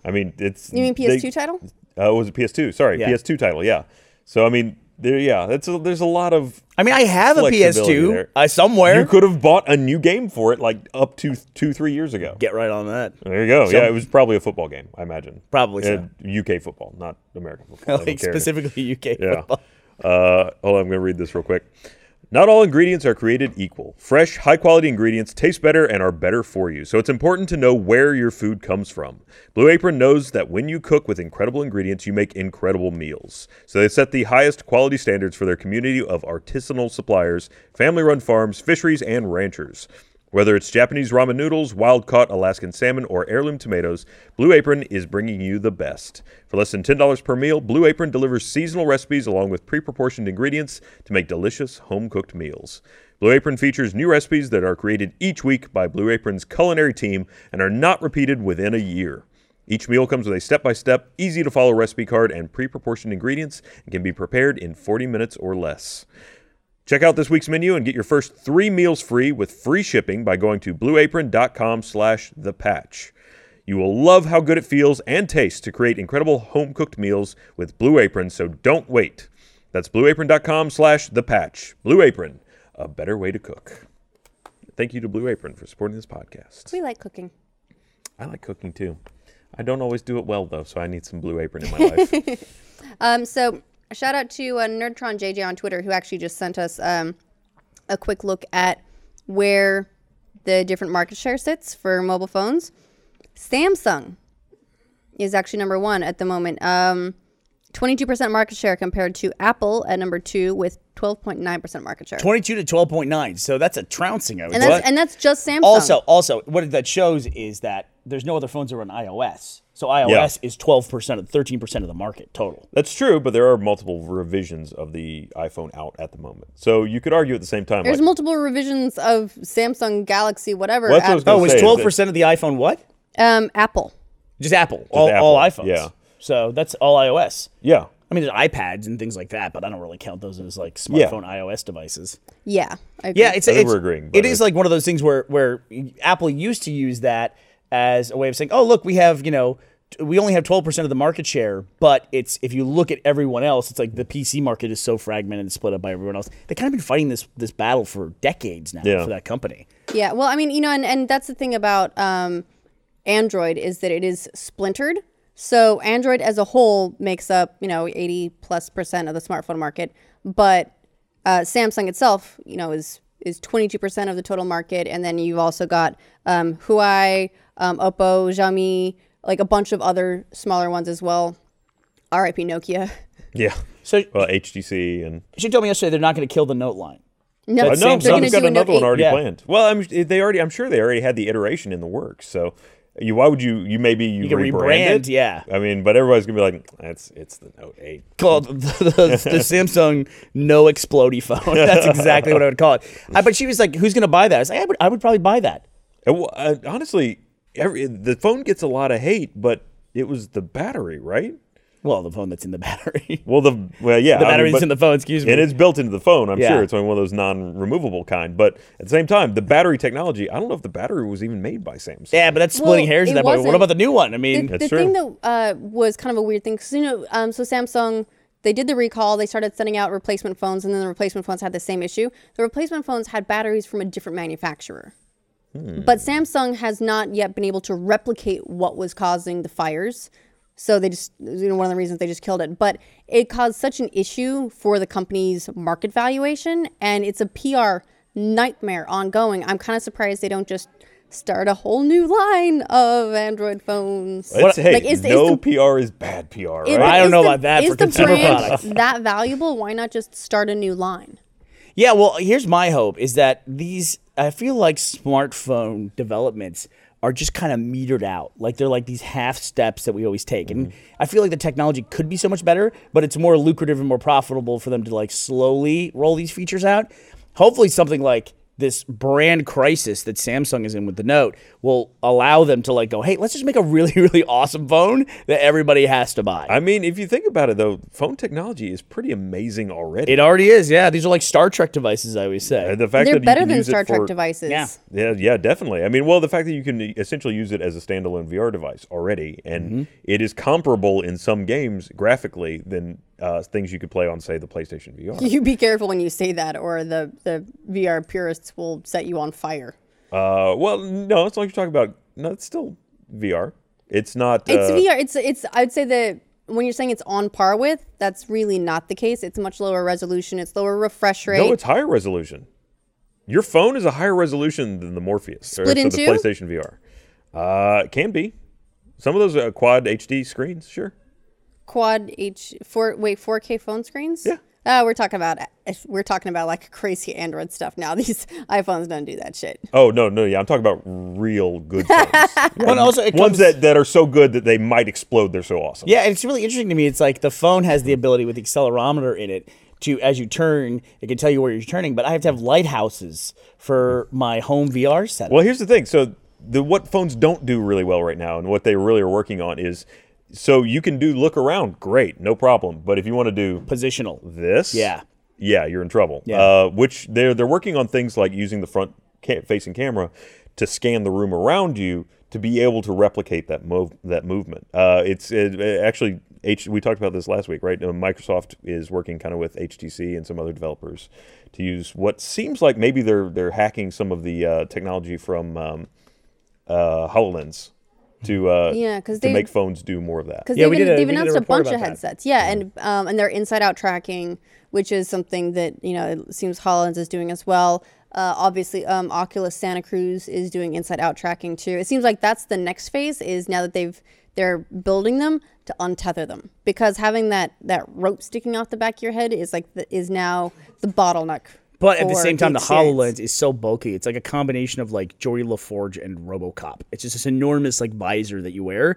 S2: I mean, it's
S1: you mean
S2: they-
S1: PS2 title?
S2: Uh, was it PS2? Sorry,
S3: Yeah.
S2: PS2 title. Yeah. So I mean, there. Yeah, that's a, there's a lot of.
S3: I mean, I have a
S2: Flexibility
S3: PS2
S2: there.
S3: uh, somewhere.
S2: You could have bought a new game for it like up to two, three years ago.
S3: Get right on *laughs* that.
S2: There you go. yeah, it was probably a football game, I imagine.
S3: Probably so.
S2: Uh, UK football, not American
S1: *laughs*
S2: football. I don't
S3: Like
S2: care.
S3: specifically *laughs* UK
S2: Yeah.
S3: football.
S2: Uh, hold on, I'm going to read this real quick. Not all ingredients are created equal. Fresh, high quality ingredients taste better and are better for you, so it's important to know where your food comes from. Blue Apron knows that when you cook with incredible ingredients, you make incredible meals. So they set the highest quality standards for their community of artisanal suppliers, family run farms, fisheries, and ranchers. Whether it's Japanese ramen noodles, wild caught Alaskan salmon, or heirloom tomatoes, Blue Apron is bringing you the best. For less than $10 per meal, Blue Apron delivers seasonal recipes along with pre proportioned ingredients to make delicious home cooked meals. Blue Apron features new recipes that are created each week by Blue Apron's culinary team and are not repeated within a year. Each meal comes with a step by step, easy to follow recipe card and pre proportioned ingredients and can be prepared in 40 minutes or less. Check out this week's menu and get your first three meals free with free shipping by going to blueapron.com slash the patch. You will love how good it feels and tastes to create incredible home cooked meals with Blue Apron, so don't wait. That's blueapron.com slash the patch. Blue Apron, a better way to cook. Thank you to Blue Apron for supporting this podcast.
S1: We like cooking.
S2: I like cooking too. I don't always do it well though, so I need some Blue Apron *laughs* in my life.
S1: Um, so a shout out to uh, Nerdtron JJ on Twitter who actually just sent us um, a quick look at where the different market share sits for mobile phones. Samsung is actually number one at the moment. Um, 22% market share compared to Apple at number two with 12.9% market share.
S3: Twenty-two to twelve point nine. So that's a trouncing. I would
S1: and
S3: say.
S1: that's, and that's just Samsung.
S3: Also, also, what that shows is that there's no other phones that run iOS. So iOS is twelve percent of thirteen percent of the market total.
S2: That's true, but there are multiple revisions of the iPhone out at the moment. So you could argue at the same time.
S1: there's
S2: like,
S1: multiple revisions of Samsung Galaxy, whatever.
S2: Well, that's what I was
S1: at-
S2: gonna
S3: Oh, it's
S2: say is that-
S3: twelve percent of the iPhone. What?
S1: um, Apple.
S3: Just Apple. all, all
S2: Apple,
S3: iPhones.
S2: yeah.
S3: So that's all iOS.
S2: yeah.
S3: I mean, there's iPads and things like that, but I don't really count those as like smartphone iOS devices.
S1: Yeah. I agree.
S3: Yeah, it's,
S2: I think
S3: it's
S2: we're agreeing, but
S3: It is like one of those things where where Apple used to use that as a way of saying, "Oh, look, we have you know." t- We only have 12% of the market share, but it's if you look at everyone else, it's like the PC market is so fragmented and split up by everyone else. They kind of been fighting this this battle for decades now
S2: Yeah.
S3: for that company.
S1: Yeah, well, I mean, you know, and, and that's the thing about um, Android is that it is splintered. So Android as a whole makes up, you know, 80 plus percent of the smartphone market, but uh, Samsung itself, you know, is is 22% of the total market, and then you've also got um, Huawei, um, Oppo, Xiaomi, like a bunch of other smaller ones as well. R.I.P. Nokia. *laughs*
S2: Yeah.
S3: So
S2: Well, HTC and
S3: she told me yesterday they're not going to kill the Note line.
S1: No,
S2: Uh, no,
S3: Samsung's
S1: they're
S3: gonna
S2: Samsung's
S1: going to
S2: got
S1: do a Note
S2: another one
S1: 8.
S2: already
S3: Yeah.
S2: planned. Well, I'm they already. I'm sure they already had the iteration in the works. So, you, why would you? You maybe you,
S3: can
S2: rebrand,
S3: rebrand,
S2: it?
S3: yeah.
S2: I mean, but everybody's gonna be like, that's it's the Note Eight.
S3: called *laughs* the, the,
S2: *laughs*
S3: the Samsung no explodey phone. *laughs* That's exactly what I would call it. I, but she was like, "Who's going to buy that?" I was like, "I would, I would probably buy that."
S2: And, well, uh, honestly, every, the phone gets a lot of hate, but it was the battery, right?
S3: Well, the phone that's in the *laughs* battery.
S2: Well, the well, yeah,
S3: the
S2: I mean,
S3: battery's
S2: but-
S3: in the phone. Excuse me.
S2: and it's built into the phone. I'm
S3: Yeah.
S2: sure it's one of those non-removable kind. But at the same time, the battery technology. I don't know if the battery was even made by Samsung.
S3: yeah, but that's splitting
S1: Well,
S3: hairs
S1: it
S3: at that point. What
S1: wasn't.
S3: about the new one? I mean,
S1: the,
S2: That's
S1: the thing that uh, was kind of a weird thing because you know um, so samsung they did the recall they started sending out replacement phones and then the replacement phones had the same issue the replacement phones had batteries from a different manufacturer but samsung has not yet been able to replicate what was causing the fires so they just you know one of the reasons they just killed it but it caused such an issue for the company's market valuation and it's a pr nightmare ongoing i'm kind of surprised they don't just start a whole new line of android phones
S2: It's, hey,
S1: like, is the- is
S2: no
S1: the-
S2: PR is bad PR, right?
S1: is-
S3: I don't
S1: is
S3: know
S1: the-
S3: about that
S1: Is
S3: for
S1: the
S3: consumer
S1: brand
S3: products.
S1: that valuable? Why not just start a new line?
S3: yeah. Well, here's my hope: is that these. I feel like smartphone developments are just kind of metered out. Like they're like these half steps that we always take, and I feel like the technology could be so much better, but it's more lucrative and more profitable for them to like slowly roll these features out. hopefully something like this brand crisis that Samsung is in with the Note will allow them to like go, hey, let's just make a really *laughs* really awesome phone that everybody has to buy.
S2: I mean, if you think about it, though, phone technology is pretty amazing already.
S3: it already is. Yeah, these are like Star Trek devices. I always say.
S2: And the fact
S1: They're
S2: that you
S1: better
S2: can
S1: than
S2: use it
S1: Star Trek
S2: for-
S1: devices.
S3: Yeah.
S2: Yeah, yeah, definitely. I mean, well, the fact that you can essentially use it as a standalone VR device already, and
S1: Mm-hmm.
S2: it is comparable in some games graphically than uh, things you could play on, say, the PlayStation VR.
S1: You be careful when you say that, or the, the VR purists will set you on fire.
S2: uh, well, no, it's like you're talking about. No, it's still VR. It's not.
S1: It's
S2: uh,
S1: VR. It's it's. I'd say that when you're saying it's on par with, that's really not the case. It's much lower resolution. It's lower refresh rate.
S2: No, it's higher resolution. Your phone is a higher resolution than the Morpheus or
S1: Split
S2: for
S1: in
S2: the
S1: two?
S2: PlayStation VR. Uh, it can be. Some of those uh, quad HD screens, sure.
S1: Quad H four wait four K phone screens.
S2: Yeah.
S1: Oh, we're talking about we're talking about like crazy Android stuff now. *laughs* These iPhones don't do that shit.
S2: Oh no, no, yeah, I'm talking about
S1: *laughs*
S2: real good phones. Yeah,
S3: Well, also it
S2: ones
S3: comes-
S2: that, that are so good that they might explode. They're so awesome.
S3: Yeah, and it's really interesting to me. It's like the phone has the ability with the accelerometer in it to, as you turn, it can tell you where you're turning. But I have to have lighthouses for my home VR setup.
S2: Well, here's the thing. So the what phones don't do really well right now, and what they really are working on is, so you can do look around, great, no problem. But if you want to do
S3: Positional.
S2: this,
S3: Yeah.
S2: yeah, you're in trouble.
S3: Yeah.
S2: Uh, which they're they're working on things like using the front ca- facing camera to scan the room around you to be able to replicate that move that movement. Uh, it's it, it actually. H, we talked about this last week, right? Uh, Microsoft is working kind of with HTC and some other developers to use what seems like maybe they're they're hacking some of the uh, technology from um, uh, Hololens to uh,
S1: Yeah, 'cause
S2: to
S1: they-
S2: make phones do more of that.
S1: Because
S3: Yeah,
S1: they've,
S3: we
S1: been-
S3: did a-
S1: they've
S3: we did a
S1: announced a,
S3: report
S1: bunch of
S3: about that.
S1: headsets. Yeah, and um, and their inside-out tracking, which is something that you know it seems Hololens is doing as well. Uh, obviously, um, Oculus Santa Cruz is doing inside-out tracking too. It seems like that's the next phase. Is now that they've they're building them to untether them because having that that rope sticking off the back of your head is like the, is now the bottleneck.
S3: But at the
S1: for
S3: same time, the
S1: experience.
S3: HoloLens is so bulky. It's like a combination of like Jory LaForge and Robocop. It's just this enormous like visor that you wear.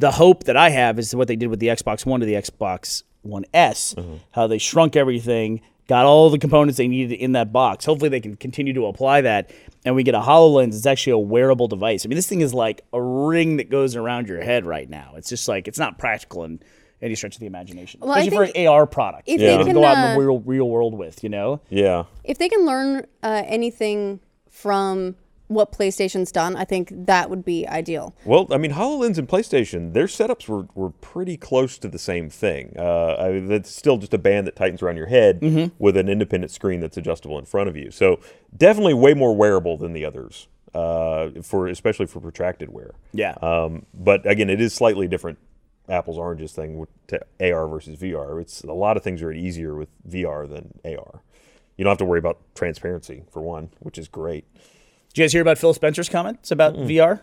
S3: The hope that I have is what they did with the Xbox One to the Xbox One S, how they shrunk everything, got all the components they needed in that box. Hopefully, they can continue to apply that. And we get a HoloLens. It's actually a wearable device. I mean, this thing is like a ring that goes around your head right now. It's just like, it's not practical in any stretch of the imagination.
S1: I
S3: Especially for
S1: think
S3: an AR product.
S1: if
S3: that
S2: they
S3: you
S1: can,
S3: go out in
S1: uh,
S3: the real, real world with, you know?
S2: yeah.
S1: if they can learn uh, anything from what PlayStation's done, I think that would be ideal.
S2: Well, I mean, HoloLens and PlayStation, their setups were, were pretty close to the same thing. Uh, I mean, that's still just a band that tightens around your head with an independent screen that's adjustable in front of you. So definitely way more wearable than the others, uh, for especially for protracted wear.
S3: Yeah.
S2: Um, but again, it is slightly different apples oranges thing with to AR versus VR. It's a lot of things are easier with VR than AR. You don't have to worry about transparency for one, which is great.
S3: Did you guys hear about Phil Spencer's comments about VR?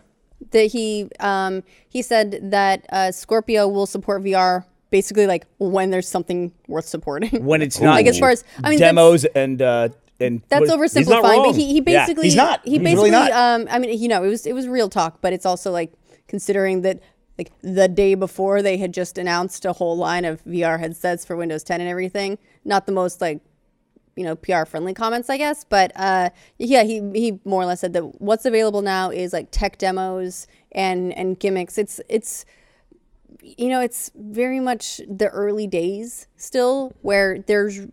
S1: that he um, he said that uh, Scorpio will support VR basically like when there's something worth supporting.
S3: When it's not
S1: *laughs* like as far as I mean
S3: demos and uh, and
S1: That's, that's
S3: what-
S1: oversimplifying,
S2: not wrong.
S1: but he, he
S3: Yeah,
S1: basically
S3: he's not.
S1: he
S3: He's
S1: basically
S3: really not.
S1: um I mean you know it was it was real talk, but it's also like considering that like the day before they had just announced a whole line of VR headsets for Windows 10 and everything. Not the most like you know PR friendly comments, I guess. But uh, yeah, he he more or less said that what's available now is like tech demos and and gimmicks. It's it's you know it's very much the early days still where there's you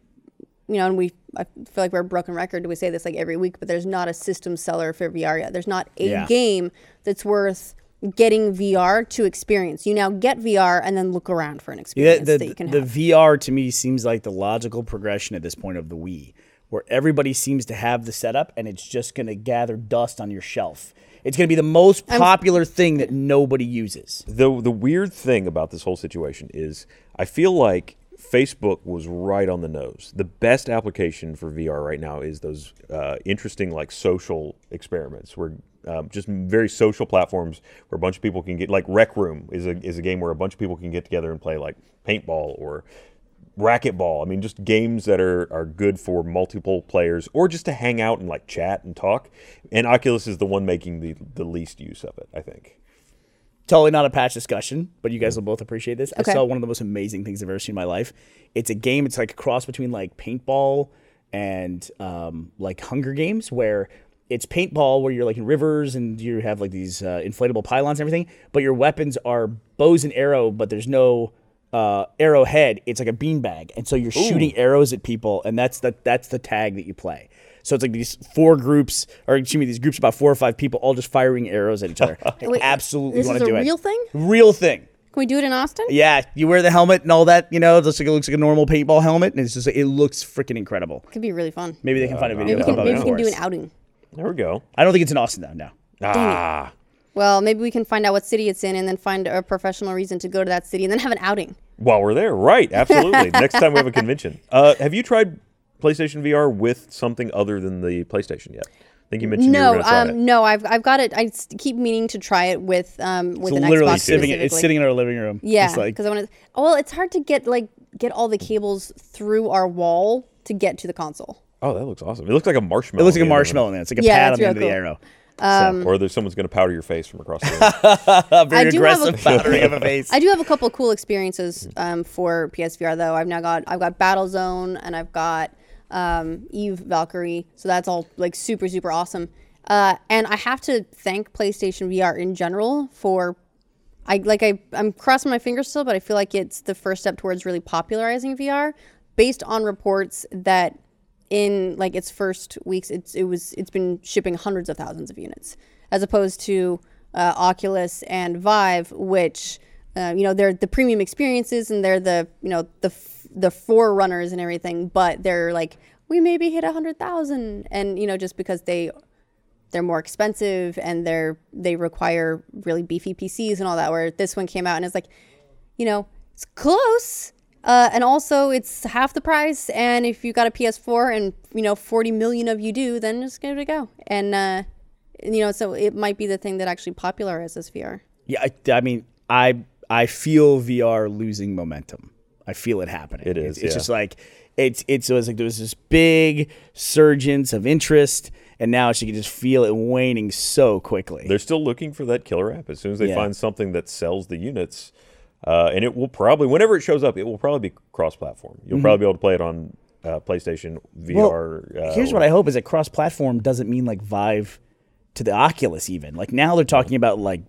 S1: know and we I feel like we're a broken record. We say this like every week, but there's not a system seller for VR yet. There's not a
S3: Yeah.
S1: game that's worth getting VR to experience. You now get VR and then look around for an
S3: the,
S1: experience
S3: the,
S1: that you can
S3: the
S1: have.
S3: VR to me seems like the logical progression at this point of the Wii, where everybody seems to have the setup and it's just going to gather dust on your shelf. It's going to be the most popular thing that nobody uses.
S2: the the weird thing about this whole situation is I feel like Facebook was right on the nose. The best application for VR right now is those uh, interesting like social experiments where um, just very social platforms where a bunch of people can get like Rec Room is a is a game where a bunch of people can get together and play like paintball or racquetball. I mean, just games that are, are good for multiple players or just to hang out and like chat and talk. And Oculus is the one making the, the least use of it, I think.
S3: Totally not a patch discussion, but you guys will both appreciate this.
S1: Okay.
S3: I saw one of the most amazing things I've ever seen in my life. It's a game. It's like a cross between like paintball and um, like Hunger Games, where it's paintball, where you're like in rivers and you have like these uh, inflatable pylons and everything, but your weapons are bows and arrow, but there's no uh, arrowhead. It's like a beanbag, and so you're shooting arrows at people, and that's the that's the tag that you play. So it's like these four groups, or excuse me, these groups of about four or five people all just firing arrows at each other. I
S1: *laughs* Wait,
S3: absolutely
S1: this
S3: want
S1: is
S3: to
S1: a
S3: do
S1: real
S3: it.
S1: thing?
S3: Real thing.
S1: Can we do it in Austin?
S3: Yeah, you wear the helmet and all that, you know, just like it looks like a normal paintball helmet, and it's just it looks freaking incredible.
S1: Could be really fun.
S3: Maybe they can find a video.
S1: Maybe we
S3: clip
S1: can,
S3: of
S1: maybe
S3: it
S1: we can
S3: for
S1: do
S3: us.
S1: an outing.
S2: There we go.
S3: I don't think it's in Austin though. No.
S2: Ah,
S1: Well, maybe we can find out what city it's in and then find a professional reason to go to that city and then have an outing.
S2: while we're there, right?
S1: *laughs*
S2: Absolutely. Next time we have a convention. Uh, have you tried PlayStation VR with something other than the PlayStation yet? I think you mentioned you were
S1: No,
S2: going to try
S1: um,
S2: it.
S1: no, I've, I've got it. I s- keep meaning to try it with um with
S3: It's
S1: an
S3: literally
S1: Xbox
S3: sitting. It's
S1: specifically.
S3: sitting in our living room.
S1: Yeah,
S3: It's like
S1: because I want to. Well, it's hard to get like get all the cables through our wall to get to the console.
S2: Oh, that looks awesome. It looks like a marshmallow.
S3: it looks like a
S2: on the end of
S3: marshmallow. Now. It's like a
S1: Yeah, it's
S3: pad on the
S1: real
S3: end of the
S1: cool.
S3: arrow.
S2: it.
S1: Um,
S2: So- or there's someone's going to powder your face from across the
S1: *laughs*
S2: room.
S3: A very
S1: I do have a-
S3: aggressive powdering of a
S1: *laughs*
S3: face.
S1: I do have a couple cool experiences um, for PSVR though. I've now got I've got Battlezone and I've got um, Eve Valkyrie, so that's all like super super awesome. Uh, and I have to thank PlayStation VR in general for I like I I'm crossing my fingers still, but I feel like it's the first step towards really popularizing VR based on reports that in like its first weeks it's it was it's been shipping hundreds of thousands of units as opposed to uh, Oculus and Vive which uh, you know they're the premium experiences and they're the you know the f- the forerunners and everything but they're like we maybe hit 100,000 and you know just because they they're more expensive and they're they require really beefy PCs and all that. Where this one came out and it's like, you know, it's close, uh, and also it's half the price. And if you got a PS4 and you know 40 million of you do, then just give it a go. And uh, you know, so it might be the thing that actually popularizes VR.
S3: yeah, I, I mean, I I feel VR losing momentum. I feel it happening.
S2: It
S3: It's-
S2: is,
S3: It's,
S2: yeah.
S3: just like it's it's it was like there was this big surgence of interest, and now she can just feel it waning so quickly.
S2: They're still looking for that killer app. As soon as they
S3: Yeah.
S2: find something that sells the units, uh, and it will probably, whenever it shows up, it will probably be cross-platform.
S3: Mm-hmm.
S2: You'll probably be able to play it on uh, PlayStation VR. uh,
S3: here's what I hope is that cross platform doesn't mean like Vive to the Oculus even. Like now they're talking about like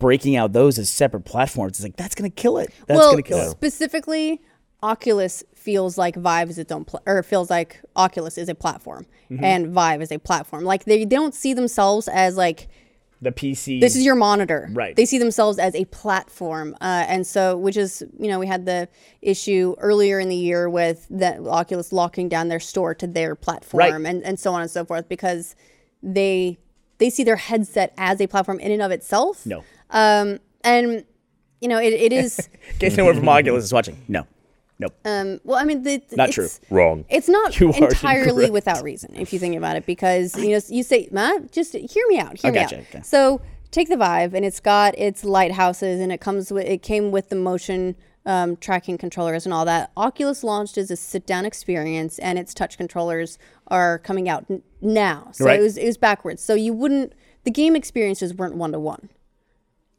S3: breaking out those as separate platforms. It's like that's gonna kill it. That's gonna kill it.
S1: Specifically, Oculus feels like Vive is its own, pl- or it feels like Oculus is a platform
S3: Mm-hmm.
S1: and Vive is a platform. Like they, they don't see themselves as like
S3: The PC
S1: this is your monitor
S3: Right.
S1: they see themselves as a platform uh, and so which is you know we had the issue earlier in the year with the oculus locking down their store to their platform
S3: Right.
S1: and, and so on and so forth because they they see their headset as a platform in and of itself
S3: No. *laughs*
S1: um, and you know it, it is
S3: In case anyone from Oculus is watching. No. Nope.
S1: um, well i mean the,
S3: Not
S1: it's-
S3: true.
S2: wrong.
S1: it's not
S3: *laughs* You are
S1: entirely
S3: incorrect.
S1: without reason if you think about it because you know you say Matt, just hear me out hear me
S3: gotcha,
S1: out
S3: okay.
S1: so take the vibe and it's got its lighthouses and it comes with it came with the motion um, tracking controllers and all that oculus launched as a sit down experience and its touch controllers are coming out n- now so
S3: Right.
S1: it was it was backwards so you wouldn't the game experiences weren't one to one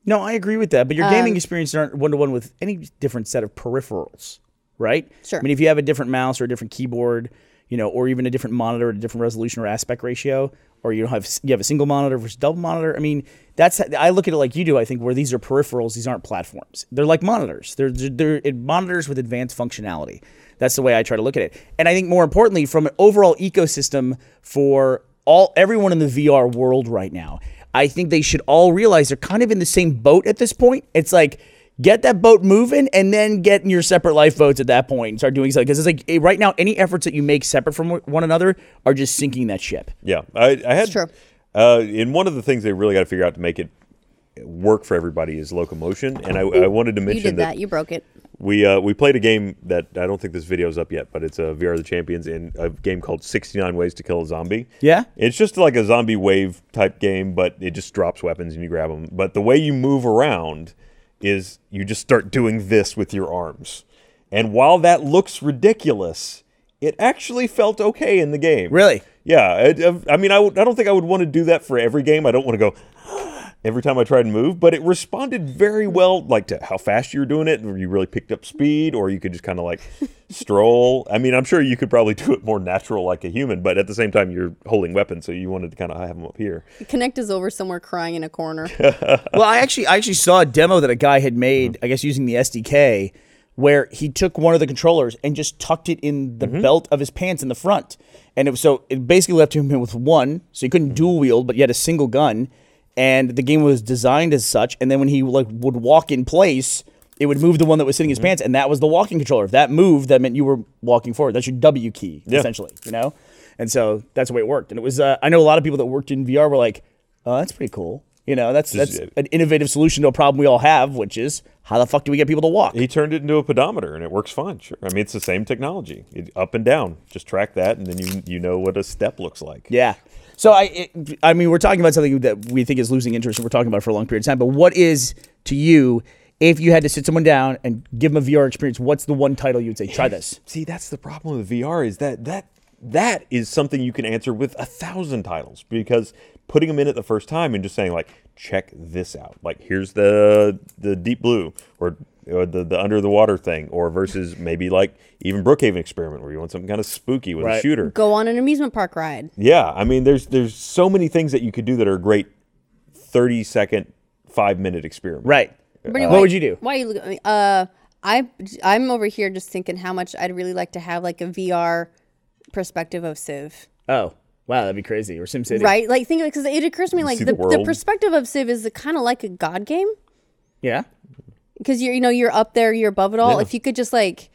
S3: No, I agree with that, but your gaming experiences aren't one to one with any different set of peripherals, right?
S1: Sure.
S3: I mean, if you have a different mouse or a different keyboard, you know, or even a different monitor, a different resolution or aspect ratio, or you don't have you have a single monitor versus double monitor. I mean, that's I look at it like you do. I think where these are peripherals, these aren't platforms. They're like monitors. They're they're, they're it- monitors with advanced functionality. That's the way I try to look at it. And I think more importantly, from an overall ecosystem for all everyone in the VR world right now. I think they should all realize they're kind of in the same boat at this point. It's like get that boat moving and then get in your separate lifeboats at that point and start doing something. Because it's like eh, right now, any efforts that you make separate from one another are just sinking that ship.
S2: Yeah, I, I had.
S1: It's true.
S2: Uh, and one of the things they really got to figure out to make it work for everybody is locomotion. And I, I wanted to mention
S1: you did that you broke it
S2: we uh, we played a game that I don't think this video's up yet, but it's a VR of the Champions in a game called 69 Ways to Kill a Zombie.
S3: Yeah?
S2: It's just like a zombie wave type game, but it just drops weapons and you grab them. But the way you move around is you just start doing this with your arms. And while that looks ridiculous, it actually felt okay in the game.
S3: Really?
S2: Yeah. I, I mean, I w- I don't think I would want to do that for every game. I don't want to go, *gasps* every time I tried to move, but it responded very well, like to how fast you were doing it, or you really picked up speed, or you could just kind of like stroll. I mean, I'm sure you could probably do it more natural like a human, but at the same time, you're holding weapons, so you wanted to kind of have them up here.
S1: Connect is over somewhere crying in a
S3: *laughs*
S1: corner.
S3: well, I actually I actually saw a demo that a guy had made, I guess using the SDK, where he took one of the controllers and just tucked it in the belt of his pants in the front, and it was so it basically left him with one, so he couldn't dual wield, but he had a single gun, and the game was designed as such. And then when he like would walk in place. It would move the one that was sitting in his pants, and that was the walking controller. If that moved, that meant you were walking forward. That's your W key, essentially, you know? And so that's the way it worked. And it was, uh, I know a lot of people that worked in VR were like, oh, that's pretty cool. You know, that's that's
S2: it.
S3: an innovative solution to a problem we all have, which is how the fuck do we get people to walk?
S2: He turned it into a pedometer, and it works fine. Sure, I mean it's the same technology, it, up and down. Just track that, and then you you know what a step looks like.
S3: Yeah. So I, it, I mean, we're talking about something that we think is losing interest, and we're talking about it for a long period of time. But what is to you if you had to sit someone down and give them a VR experience? What's the one title you'd say? Try this.
S2: See, that's the problem with VR is that that that is something you can answer with a thousand titles because putting them in at the first time and just saying like, check this out. Like here's the the deep blue or, or the the under the water thing or versus maybe like even Brookhaven experiment where you want something kind of spooky with a
S3: Right.
S2: shooter.
S1: Go on an amusement park ride.
S2: Yeah, I mean, there's there's so many things that you could do that are great, thirty second, five minute experiments.
S3: Right.
S1: Brittany,
S3: what
S1: why-
S3: would you do?
S1: Why are you looking at me? Uh, I I'm over here just thinking how much I'd really like to have like a VR perspective of Civ,
S3: Oh, wow, that'd be crazy. Or SimCity.
S1: right? Like think because it occurs to me like
S2: see
S1: the,
S2: the
S1: the,
S2: world.
S1: perspective of Civ is kind of like a god game
S3: Yeah.
S1: because you're you know you're up there, you're above it all. If you could just like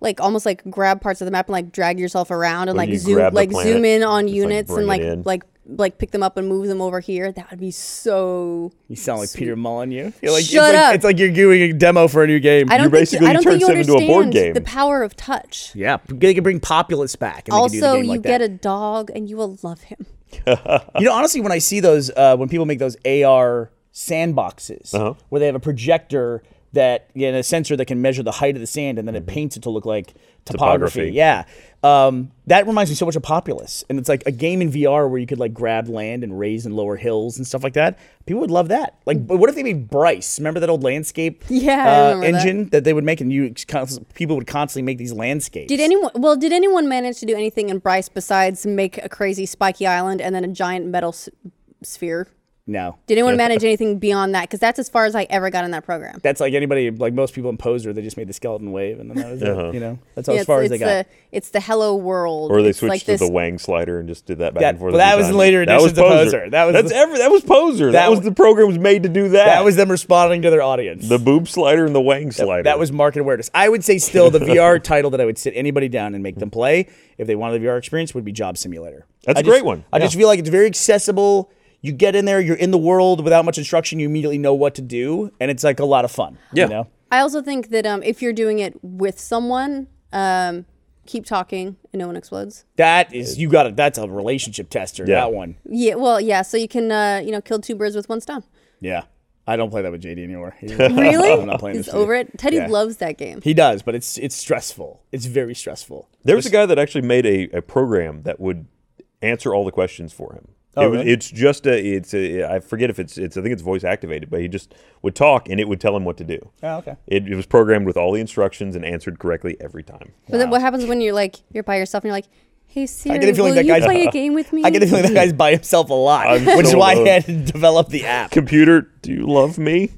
S1: like almost like grab parts of the map and like drag yourself around and like
S2: you
S1: zoom
S2: grab the
S1: like
S2: planet,
S1: zoom in on
S2: just, like,
S1: units
S2: bring it
S1: and like
S2: in.
S1: like like pick them up and move them over here. That would be so.
S3: You sound like Peter Molyneux. You're like,
S1: Shut
S3: it's
S1: up.
S3: Like, it's like you're doing a demo for a new game.
S1: I don't think
S2: basically-
S1: you, I
S2: you
S1: don't
S2: turn
S1: think you
S2: Civ into a
S1: understand
S2: board game.
S1: the power of touch.
S3: yeah, they could bring Populace back. And they could do
S1: also
S3: the game
S1: you
S3: like
S1: get
S3: that.
S1: a dog and you will love him
S3: You know, honestly, when I see those, uh, when people make those AR sandboxes where they have a projector that and a sensor that can measure the height of the sand and then it paints it to look like topography.
S2: Topography.
S3: Yeah, um, that reminds me so much of Populous, and it's like a game in VR where you could like grab land and raise and lower hills and stuff like that. People would love that. Like, but what if they made Bryce? Remember that old landscape
S1: Yeah, I
S3: uh,
S1: remember that.
S3: engine that. they would make, and you const- people would constantly make these landscapes.
S1: did anyone well did anyone manage to do anything in bryce besides make a crazy spiky island and then a giant metal s- sphere
S3: No.
S1: did anyone manage anything beyond that because that's as far as i ever got in that program
S3: That's like anybody, like most people in Poser, they just made the skeleton wave, and then that was
S2: Uh-huh.
S3: it. You know, that's
S1: Yeah,
S3: as far
S1: it's,
S3: as they
S1: it's
S3: got.
S1: the it's the hello world
S2: Or they
S1: It's
S2: switched
S1: like
S2: to
S1: this
S2: the Wang slider and just did that back
S3: Yeah,
S2: and forth.
S3: well,
S2: a
S3: that
S2: few
S3: was
S2: times.
S3: later
S2: That was
S3: editions of Poser. That was
S2: That's
S3: the-
S2: ever. That was Poser. That,
S3: That
S2: was
S3: w-
S2: the program was made to do
S1: uh,
S2: that.
S3: That was them responding to their audience.
S2: the boob slider and the Wang slider.
S3: that was market awareness. I would say still the
S2: *laughs*
S3: VR title that I would sit anybody down and make them play if they wanted the VR experience would be Job Simulator.
S2: That's
S3: a
S2: a great one.
S3: I just feel like it's very accessible. You get in there, you're in the world without much instruction. You immediately know what to do, and it's like a lot of fun.
S2: Yeah.
S3: You know?
S1: i also think that um, if you're doing it with someone um, keep talking and no one explodes
S3: That is you got to That's a relationship tester.
S2: Yeah.
S3: That one.
S1: yeah well yeah so you can uh, you know kill two birds with one stone
S3: Yeah. I don't play that with JD
S2: *laughs*
S3: anymore. He-
S1: really
S3: *laughs* I'm not playing
S1: He's
S3: this with you.
S1: over it teddy
S3: Yeah.
S1: loves that game
S3: He does, but it's it's stressful. It's very stressful.
S2: There was a guy that actually made a, a program that would answer all the questions for him. it was,
S3: Oh, really?
S2: It's just a. It's a. I forget if it's. It's. I think it's voice activated, but he just would talk and it would tell him what to do.
S3: Oh, okay.
S2: It, it was programmed with all the instructions and answered correctly every time.
S1: But then what happens when you're like you're by yourself and you're like, "Hey Siri,
S3: I get a
S1: will
S3: feeling that
S1: you
S3: guy's
S1: play
S3: *laughs*
S1: a game with me?"
S3: I get the feeling that guy's by himself a lot,
S2: I'm
S3: which is
S2: so
S3: why
S2: alone.
S3: I had to develop the app.
S2: Computer, do you love me?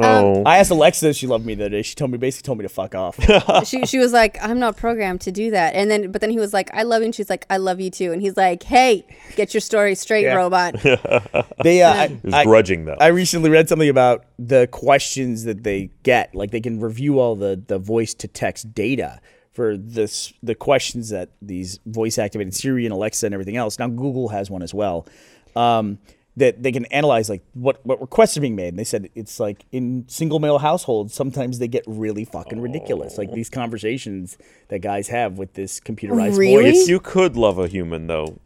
S1: Um,
S2: Oh,
S3: I asked Alexa if she loved me the other day. She told me basically told me to fuck
S2: *laughs*
S3: off.
S1: she she was like, "I'm not programmed to do that." And then but then he was like, "I love you." And she's like, "I love you too." And he's like, "Hey, get your story straight,
S3: Yeah.
S1: robot."
S3: *laughs* they uh, I,
S2: it was
S3: I,
S2: grudging though.
S3: I recently read something about the questions that they get. Like they can review all the the voice to text data for this the questions that these voice activated Siri and Alexa and everything else. Now Google has one as well. Um, that they can analyze like what, what requests are being made. And they said it's like in single male households, sometimes they get really fucking ridiculous. Like these conversations that guys have with this computerized
S1: Really?
S3: voice.
S2: if you could love a human though,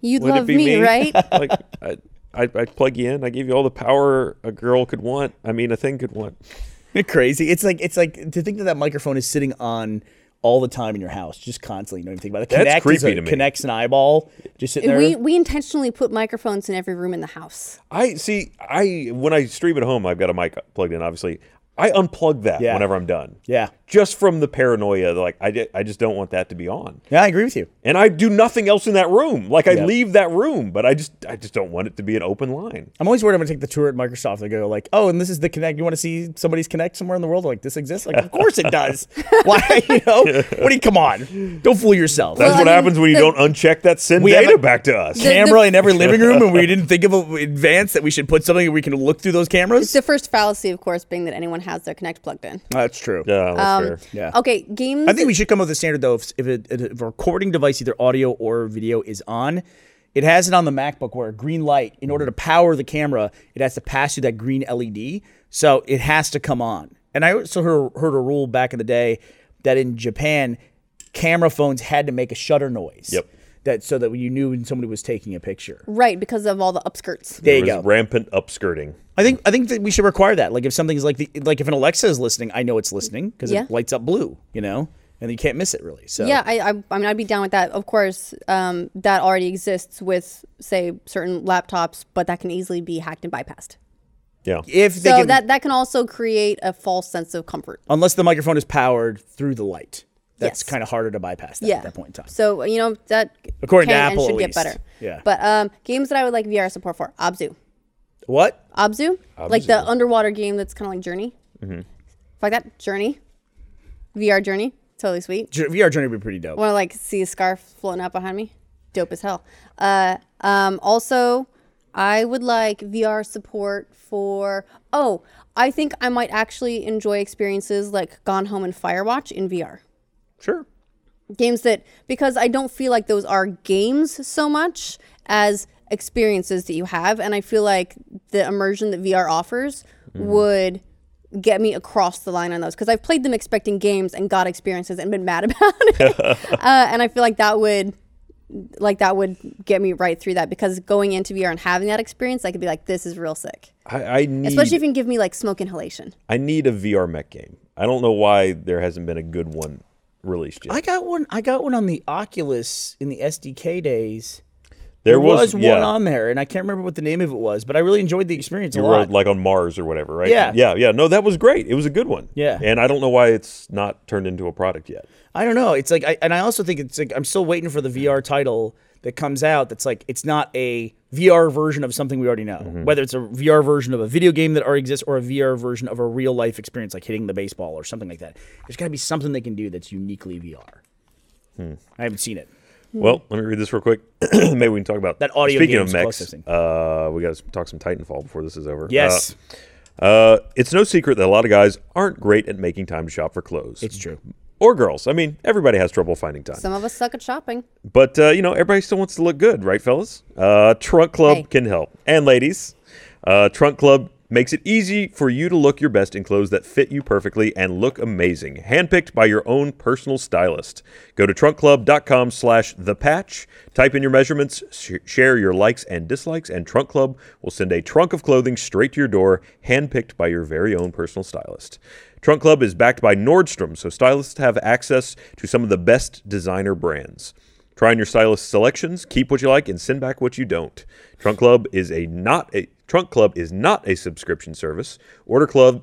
S1: You'd
S2: would
S1: love
S2: it be
S1: me,
S2: *laughs*
S1: right?
S2: like I, I, I plug you in. I gave you all the power a girl could want. I mean, a thing could want.
S3: Isn't it crazy. It's like it's like to think that that microphone is sitting on all the time in your house, just constantly. You don't even think about it.
S2: That's
S3: Kinect is
S2: creepy
S3: a-
S2: to me.
S3: Kinect's an eyeball, just sitting *laughs* there.
S1: We we intentionally put microphones in every room in the house.
S2: I see. I when I stream at home, I've got a mic plugged in. Obviously, I unplug that
S3: Yeah.
S2: whenever I'm done.
S3: yeah,
S2: Just from the paranoia, like I, ju- I just don't want that to be on,
S3: yeah, I agree with you.
S2: and I do nothing else in that room. Like I
S3: Yep.
S2: leave that room, but I just I just don't want it to be an open line.
S3: I'm always worried I'm gonna take the tour at Microsoft. They go like, "Oh, and this is the Connect. You want to see somebody's Connect somewhere in the world? Like this exists? Like, of course it does. *laughs* Why? You know? What do you? Come on, don't fool yourself.
S2: That's
S1: Well, I
S2: what
S1: mean,
S2: happens when you
S1: the-
S2: don't uncheck that send
S3: We have
S2: data
S3: a-
S2: back to us.
S1: the-
S3: camera in every living room, and we didn't think of a- in advance that we should put something where we can look through those
S1: It's
S3: cameras.
S1: the first fallacy, of course, being that anyone has their Connect plugged in.
S3: That's true.
S2: yeah, that's
S1: Um,
S2: fair.
S3: Yeah.
S1: Okay, games.
S3: I think we should come up with a standard though. If, if, it, if a recording device, either audio or video, is on, it has it on the MacBook where a green light. In order to power the camera, it has to pass through that green LED, so it has to come on. And I also heard, heard a rule back in the day that in Japan, camera phones had to make a shutter noise.
S2: Yep.
S3: That so that you knew when somebody was taking a picture.
S1: right because of all the upskirts.
S3: There you
S2: There
S3: go.
S2: was rampant upskirting.
S3: I think I think that we should require that. Like if something's like the like if an Alexa is listening, I know it's listening because
S1: Yeah.
S3: it lights up blue, you know, and you can't miss it really. So
S1: Yeah, I, I, I mean, I'd be down with that. Of course, um, that already exists with, say, certain laptops, but that can easily be hacked and bypassed.
S2: Yeah.
S3: if they
S1: So
S3: can,
S1: that that can also create a false sense of comfort.
S3: unless the microphone is powered through the light, that's
S1: Yes.
S3: kind of harder to bypass that
S1: Yeah.
S3: at that point in time.
S1: So you know that
S3: According to
S1: can and
S3: Apple,
S1: should
S3: at
S1: get
S3: least.
S1: better.
S3: Yeah.
S1: But um, games that I would like VR support for Abzu.
S3: What?
S1: Abzu, like the underwater game that's kind of like Journey.
S3: Mm-hmm.
S1: Like that Journey, VR Journey, totally sweet.
S3: J- VR journey would be pretty dope.
S1: Want to like see a scarf floating out behind me? Dope as hell. Uh, um, also, I would like VR support for. Oh, I think I might actually enjoy experiences like Gone Home and Firewatch in VR
S2: Sure.
S1: games that because I don't feel like those are games so much as experiences that you have and I feel like the immersion that VR offers would get me across the line on those because I've played them expecting games and got experiences and been mad *laughs* about it uh, and I feel like that would like that would get me right through that because going into VR and having that experience I could be like this is real sick
S2: I, I need
S1: especially if you can give me like smoke inhalation
S2: I need a VR mech game. I don't know why there hasn't been a good one released yet.
S3: I got one. I got one on the Oculus in the SDK days.
S2: there
S3: was, one
S2: yeah,
S3: on there, and I can't remember what the name of it was, but I really enjoyed the experience a
S2: you were
S3: lot.
S2: like on Mars or whatever, right?
S3: Yeah.
S2: yeah, yeah. No, that was great. It was a good one.
S3: Yeah.
S2: and I don't know why it's not turned into a product yet.
S3: I don't know. It's like, I, and I also think it's like I'm still waiting for the VR title that comes out. That's like it's not a VR version of something we already know. Whether it's a VR version of a video game that already exists or a VR version of a real life experience, like hitting the baseball or something like that. There's got to be something they can do that's uniquely VR. I haven't seen it.
S2: Well, let me read this real quick. *clears throat* Maybe we can talk about
S3: Hmm. That audio
S2: Speaking
S3: game's
S2: of mechs,
S3: processing.
S2: uh, we got to talk some Titanfall before this is over.
S3: Yes.
S2: Uh, uh, it's no secret that a lot of guys aren't great at making time to shop for clothes.
S3: it's true.
S2: or girls. I mean, everybody has trouble finding time.
S1: some of us suck at shopping
S2: But uh, you know, everybody still wants to look good, right, fellas? Uh, Trunk Club
S1: Hey.
S2: can help, and ladies, uh, Trunk Club makes it easy for you to look your best in clothes that fit you perfectly and look amazing, handpicked by your own personal stylist. Go to trunkclub.com/slash/the-patch. Type in your measurements, sh- share your likes and dislikes, and Trunk Club will send a trunk of clothing straight to your door, handpicked by your very own personal stylist. Trunk Club is backed by Nordstrom, so stylists have access to some of the best designer brands. Try on your stylist's selections, keep what you like, and send back what you don't. Trunk Club is a not a Trunk Club is not a subscription service. Order club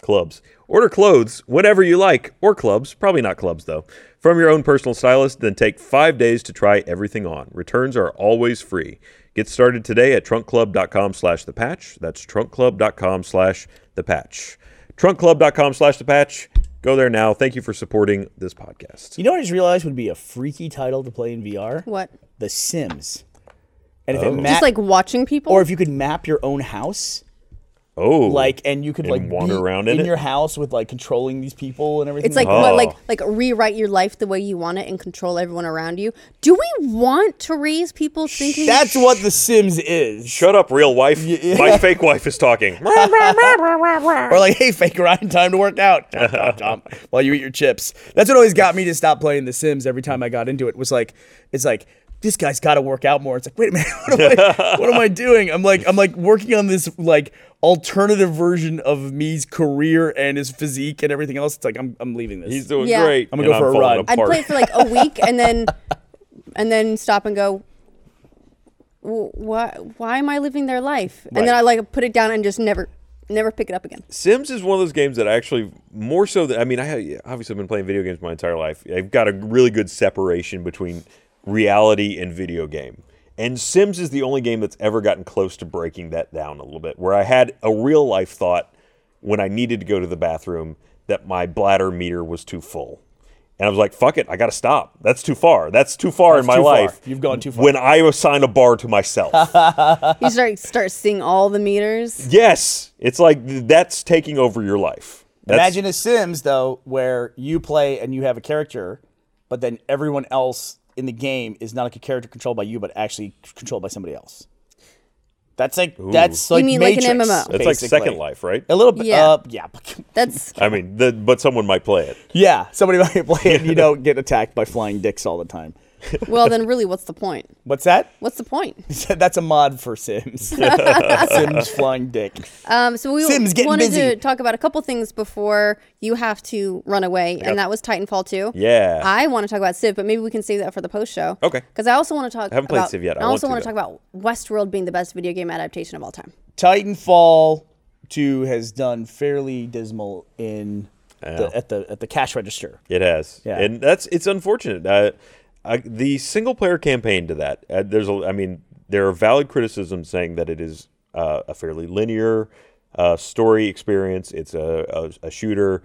S2: clubs. Order clothes whenever you like, or clubs, probably not clubs though, from your own personal stylist, then take five days to try everything on. Returns are always free. Get started today at trunkclub.com slash the patch. That's trunkclub.com slash the patch. Trunkclub.com slash the patch. Go there now. Thank you for supporting this podcast.
S3: You know what I just realized would be a freaky title to play in VR?
S1: what
S3: The Sims. And if it ma-
S1: just like watching people
S3: or if you could map your own house.
S2: Oh.
S3: like and you could
S2: And
S3: like
S2: wander
S3: be
S2: around in it?
S3: your house with like controlling these people and everything.
S1: It's like
S2: Oh.
S1: what, like like rewrite your life the way you want it and control everyone around you. Do we want to raise people thinking
S3: that's what The Sims is.
S2: Shut up, real wife. My fake wife is talking.
S3: Or like, hey, fake Ryan, time to work out. Chomp,
S2: *laughs*
S3: chomp, chomp, while you eat your chips. That's what always got me to stop playing The Sims every time I got into it. Was like, it's like this guy's got to work out more. It's like, wait a minute, *laughs* what am,
S2: *laughs*
S3: I, what am I doing? I'm like, I'm like working on this like alternative version of me's career and his physique and everything else. It's like I'm, I'm leaving this.
S2: *laughs* He's doing
S1: Yeah.
S2: great.
S3: I'm gonna go
S2: and
S3: for a
S2: falling
S3: ride.
S1: I'd
S2: apart.
S1: play it for like a week and then and then stop and go. Why? Why am I living their life? And then
S3: Right.
S1: I like put it down and just never, never pick it up again.
S2: Sims is one of those games that I actually more so than I mean I ha- obviously I've been playing video games my entire life. I've got a really good separation between reality and video game. And Sims is the only game that's ever gotten close to breaking that down a little bit where I had a real life thought when I needed to go to the bathroom that my bladder meter was too full. And I was like, fuck it, I got to stop. That's too far. That's too far in my
S3: too far.
S2: life.
S3: You've gone too far.
S2: When I assign a bar to myself.
S3: *laughs*
S1: You start start seeing all the meters.
S2: yes, it's like th- that's taking over your life. That's-
S3: Imagine a Sims though, where you play and you have a character, but then everyone else in the game is not like a character controlled by you, but actually c- controlled by somebody else. That's like that's like
S1: mean like an MMO?
S3: Matrix,
S1: That's
S2: That's
S3: basically.
S2: like Second Life, right?
S3: A little bit.
S1: Yeah.
S3: Uh, yeah. *laughs*
S1: That's
S2: I mean, the, but someone might play it.
S3: Yeah. Somebody might play it. and You
S2: *laughs*
S3: don't get attacked by flying dicks all the time.
S1: well. Then really, what's the point?
S3: What's that? *laughs*
S1: What's the point?
S3: That's a mod
S1: *laughs*
S3: for Sims. *laughs* Sims flying dick.
S1: Um, so we
S3: Sims getting
S1: wanted
S3: busy.
S1: to talk about a couple things before you have to run away, and that was Titanfall 2.
S2: Yeah.
S1: I want to talk about Civ, but maybe we can save that for the post show.
S2: Okay.
S1: Because I also want to talk.
S2: haven't played
S1: about,
S2: Civ yet. I
S1: I also
S2: want to,
S1: want to talk about Westworld being the best video game adaptation of all time.
S3: Titanfall two has done fairly dismal in the, at the at the cash register.
S2: It has,
S3: Yeah.
S2: and that's it's unfortunate. Uh, I, the single player campaign to that, uh, there's a, I mean, there are valid criticisms saying that it is uh, a fairly linear uh, story experience. It's a, a, a shooter,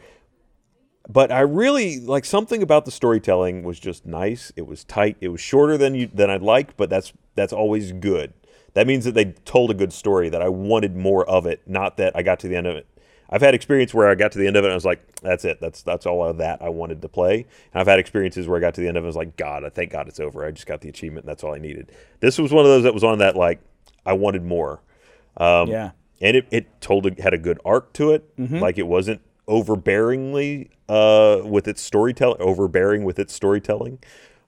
S2: but I really like something about the storytelling was just nice. It was tight. It was shorter than you than I'd like, but that's that's always good. That means that they told a good story that I wanted more of it, not that I got to the end of it. I've had experience where I got to the end of it and I was like, that's it. That's that's all of that I wanted to play. And I've had experiences where I got to the end of it and was like, God, I thank God it's over. I just got the achievement and that's all I needed. This was one of those that was on that like I wanted more. Um,
S3: Yeah.
S2: and it, it told it had a good arc to it. Like it wasn't overbearingly uh, with its storytelling, overbearing with its storytelling.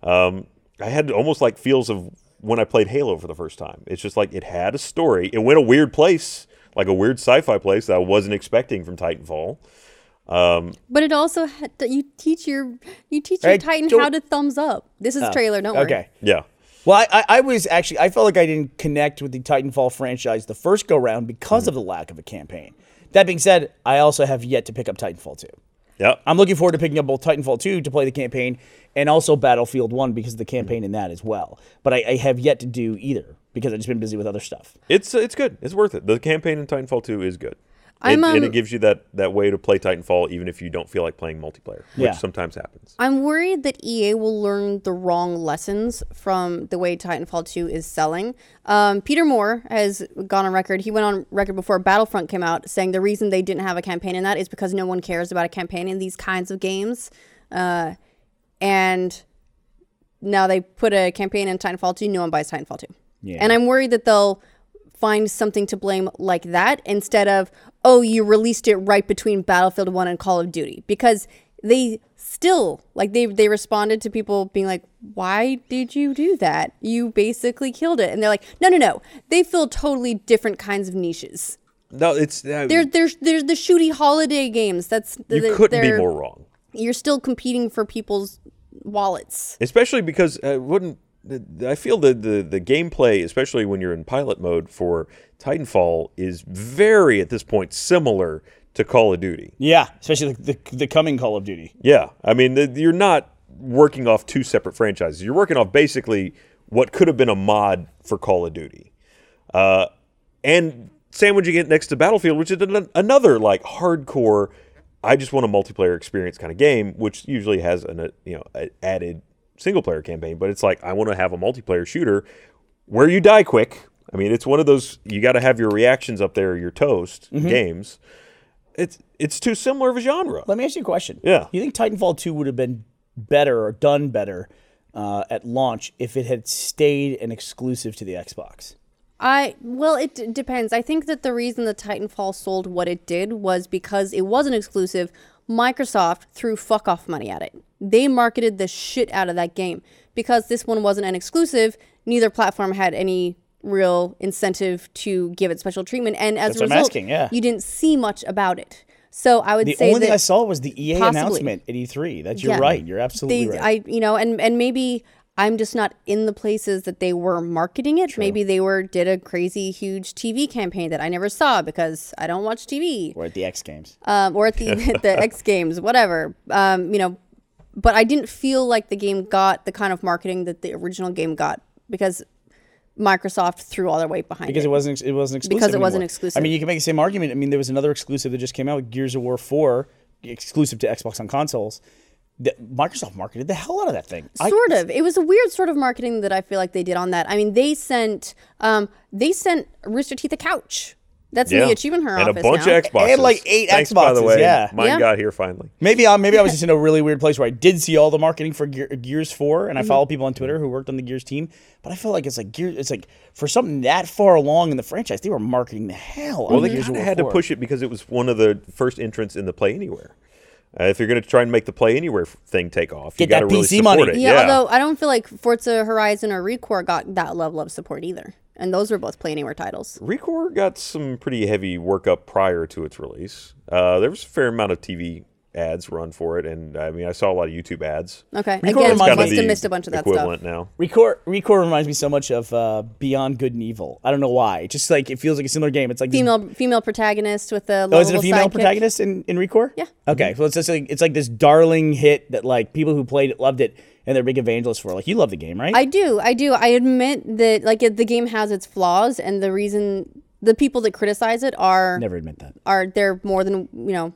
S2: Um, I had almost like feels of when I played Halo for the first time. It's just like it had a story. It went a weird place, like a weird sci-fi place that I wasn't expecting from Titanfall.
S1: But it also had to, you teach your you teach your
S3: Hey,
S1: Titan
S3: don't-
S1: how to thumbs up. This is trailer. Don't worry.
S3: Okay.
S2: Yeah,
S3: Well, I, I, I was actually I felt like I didn't connect with the Titanfall franchise the first go round because of the lack of a campaign. That being said, I also have yet to pick up Titanfall two.
S2: yeah.
S3: I'm looking forward to picking up both Titanfall 2 to play the campaign and also Battlefield 1 because of the campaign in that as well. But I, I have yet to do either because I've just been busy with other stuff.
S2: it's it's good. It's worth it. The campaign in Titanfall Two is good.
S1: I'm,
S2: It-
S1: um,
S2: and it gives you that, that way to play Titanfall even if you don't feel like playing multiplayer, which
S3: Yeah.
S2: sometimes happens.
S1: I'm worried that EA will learn the wrong lessons from the way Titanfall 2 is selling. Um, Peter Moore has gone on record. He went on record before Battlefront came out saying the reason they didn't have a campaign in that is because no one cares about a campaign in these kinds of games. Uh, and now they put a campaign in Titanfall 2, no one buys Titanfall 2.
S3: Yeah.
S1: And I'm worried that they'll find something to blame like that instead of, oh, you released it right between Battlefield 1 and Call of Duty. Because they still, like, they, they responded to people being like, why did you do that? You basically killed it. And they're like, no, no, no. They fill totally different kinds of niches.
S2: No, it's uh,
S1: They're, they're, they're the shooty holiday games. That's
S2: you
S1: they're-
S2: couldn't be
S1: they're-
S2: more wrong.
S1: You're still competing for people's wallets.
S2: especially because uh, wouldn't the, the- I feel the, the the gameplay, especially when you're in pilot mode for Titanfall, is very at this point similar to Call of Duty.
S3: Yeah, especially the, the, the coming Call of Duty.
S2: Yeah, I mean the, you're not working off two separate franchises. You're working off basically what could have been a mod for Call of Duty, uh, and sandwiching it next to Battlefield, which is an, another like hardcore. I just want a multiplayer experience kind of game, which usually has an uh, you know a added single player campaign. But it's like I want to have a multiplayer shooter where you die quick. I mean, it's one of those you got to have your reactions up there, your toast games. It's it's too similar of a genre.
S3: Let me ask you a question.
S2: Yeah.
S3: You think Titanfall 2 would have been better or done better uh, at launch if it had stayed an exclusive to the Xbox?
S1: I well, it d- depends. I think that the reason the Titanfall sold what it did was because it wasn't exclusive. Microsoft threw fuck off money at it. They marketed the shit out of that game. because this one wasn't an exclusive, neither platform had any real incentive to give it special treatment. And as a
S3: That's what I'm
S1: result,
S3: asking, yeah.
S1: you didn't see much about it. So I would
S3: The
S1: say
S3: only
S1: that
S3: thing I saw was the EA
S1: possibly.
S3: announcement at E3. That's you're
S1: Yeah.
S3: right. You're absolutely
S1: they,
S3: right.
S1: I, you know, and and maybe I'm just not in the places that they were marketing it. Maybe they were did a crazy huge TV campaign that I never saw because I don't watch TV
S3: We're at the X Games.
S1: um, or at the *laughs* at the X Games, whatever. Um, you know, but I didn't feel like the game got the kind of marketing that the original game got because Microsoft threw all their weight behind
S3: because
S1: it.
S3: it wasn't ex- it wasn't exclusive
S1: Because it wasn't
S3: anymore.
S1: exclusive.
S3: I mean, you can make the same argument. I mean, there was another exclusive that just came out, Gears of War Four, exclusive to Xbox on consoles. The- Microsoft marketed the hell out of that thing. I-
S1: sort of it was a weird sort of marketing that i feel like they did on that i mean they sent um they sent rooster teeth a couch that's in
S2: Yeah.
S1: the achievement her
S2: and
S1: office
S2: a bunch
S1: now.
S2: of Xboxes.
S3: And, like, eight
S2: Thanks, By the
S3: Xboxes,
S2: way,
S3: yeah.
S2: mine
S1: Yeah.
S2: got here finally.
S3: Maybe I maybe I was just in a really weird place where I did see all the marketing for Gear, Gears Four,
S1: Mm-hmm.
S3: and I follow people on Twitter who worked on the Gears team. But I feel like it's like Gear, it's like for something that far along in the franchise, they were marketing the hell.
S2: Well,
S3: out
S2: they
S3: of Gears of
S2: kinda
S3: War
S2: had to
S3: 4.
S2: push it because it was one of the first entrants in the Play Anywhere. Uh, if you're going to try and make the Play Anywhere f- thing take off, you
S3: Get that
S2: got to really
S3: PC
S2: support
S3: money.
S2: it.
S1: yeah, although i don't feel like forza horizon or recore got that level of support either and those were both play anywhere titles
S2: Recore got some pretty heavy workup prior to its release. Uh, there was a fair amount of TV ads run for it, and I mean, I saw a lot of YouTube ads.
S1: okay
S3: Recore
S1: again
S3: reminds me-
S1: Oh, must
S2: kinda
S1: have
S2: the
S1: missed a bunch of that
S2: equivalent
S1: stuff
S2: now.
S3: Recore, Recore reminds me so much of uh, Beyond Good and Evil. I don't know why. It's Just like it feels like a similar game. It's like this
S1: female female protagonist with the
S3: Oh, is it a
S1: lovable
S3: female
S1: sidekick.
S3: protagonist in, in Recore?
S1: Yeah.
S3: Okay, so it's just like it's like this darling hit that like people who played it loved it and they're big evangelists for. it. Like you love the game, right?
S1: I do. I do. I admit that like it, the game has its flaws, and the reason the people that criticize it are
S3: never admit that.
S1: are they're more than you know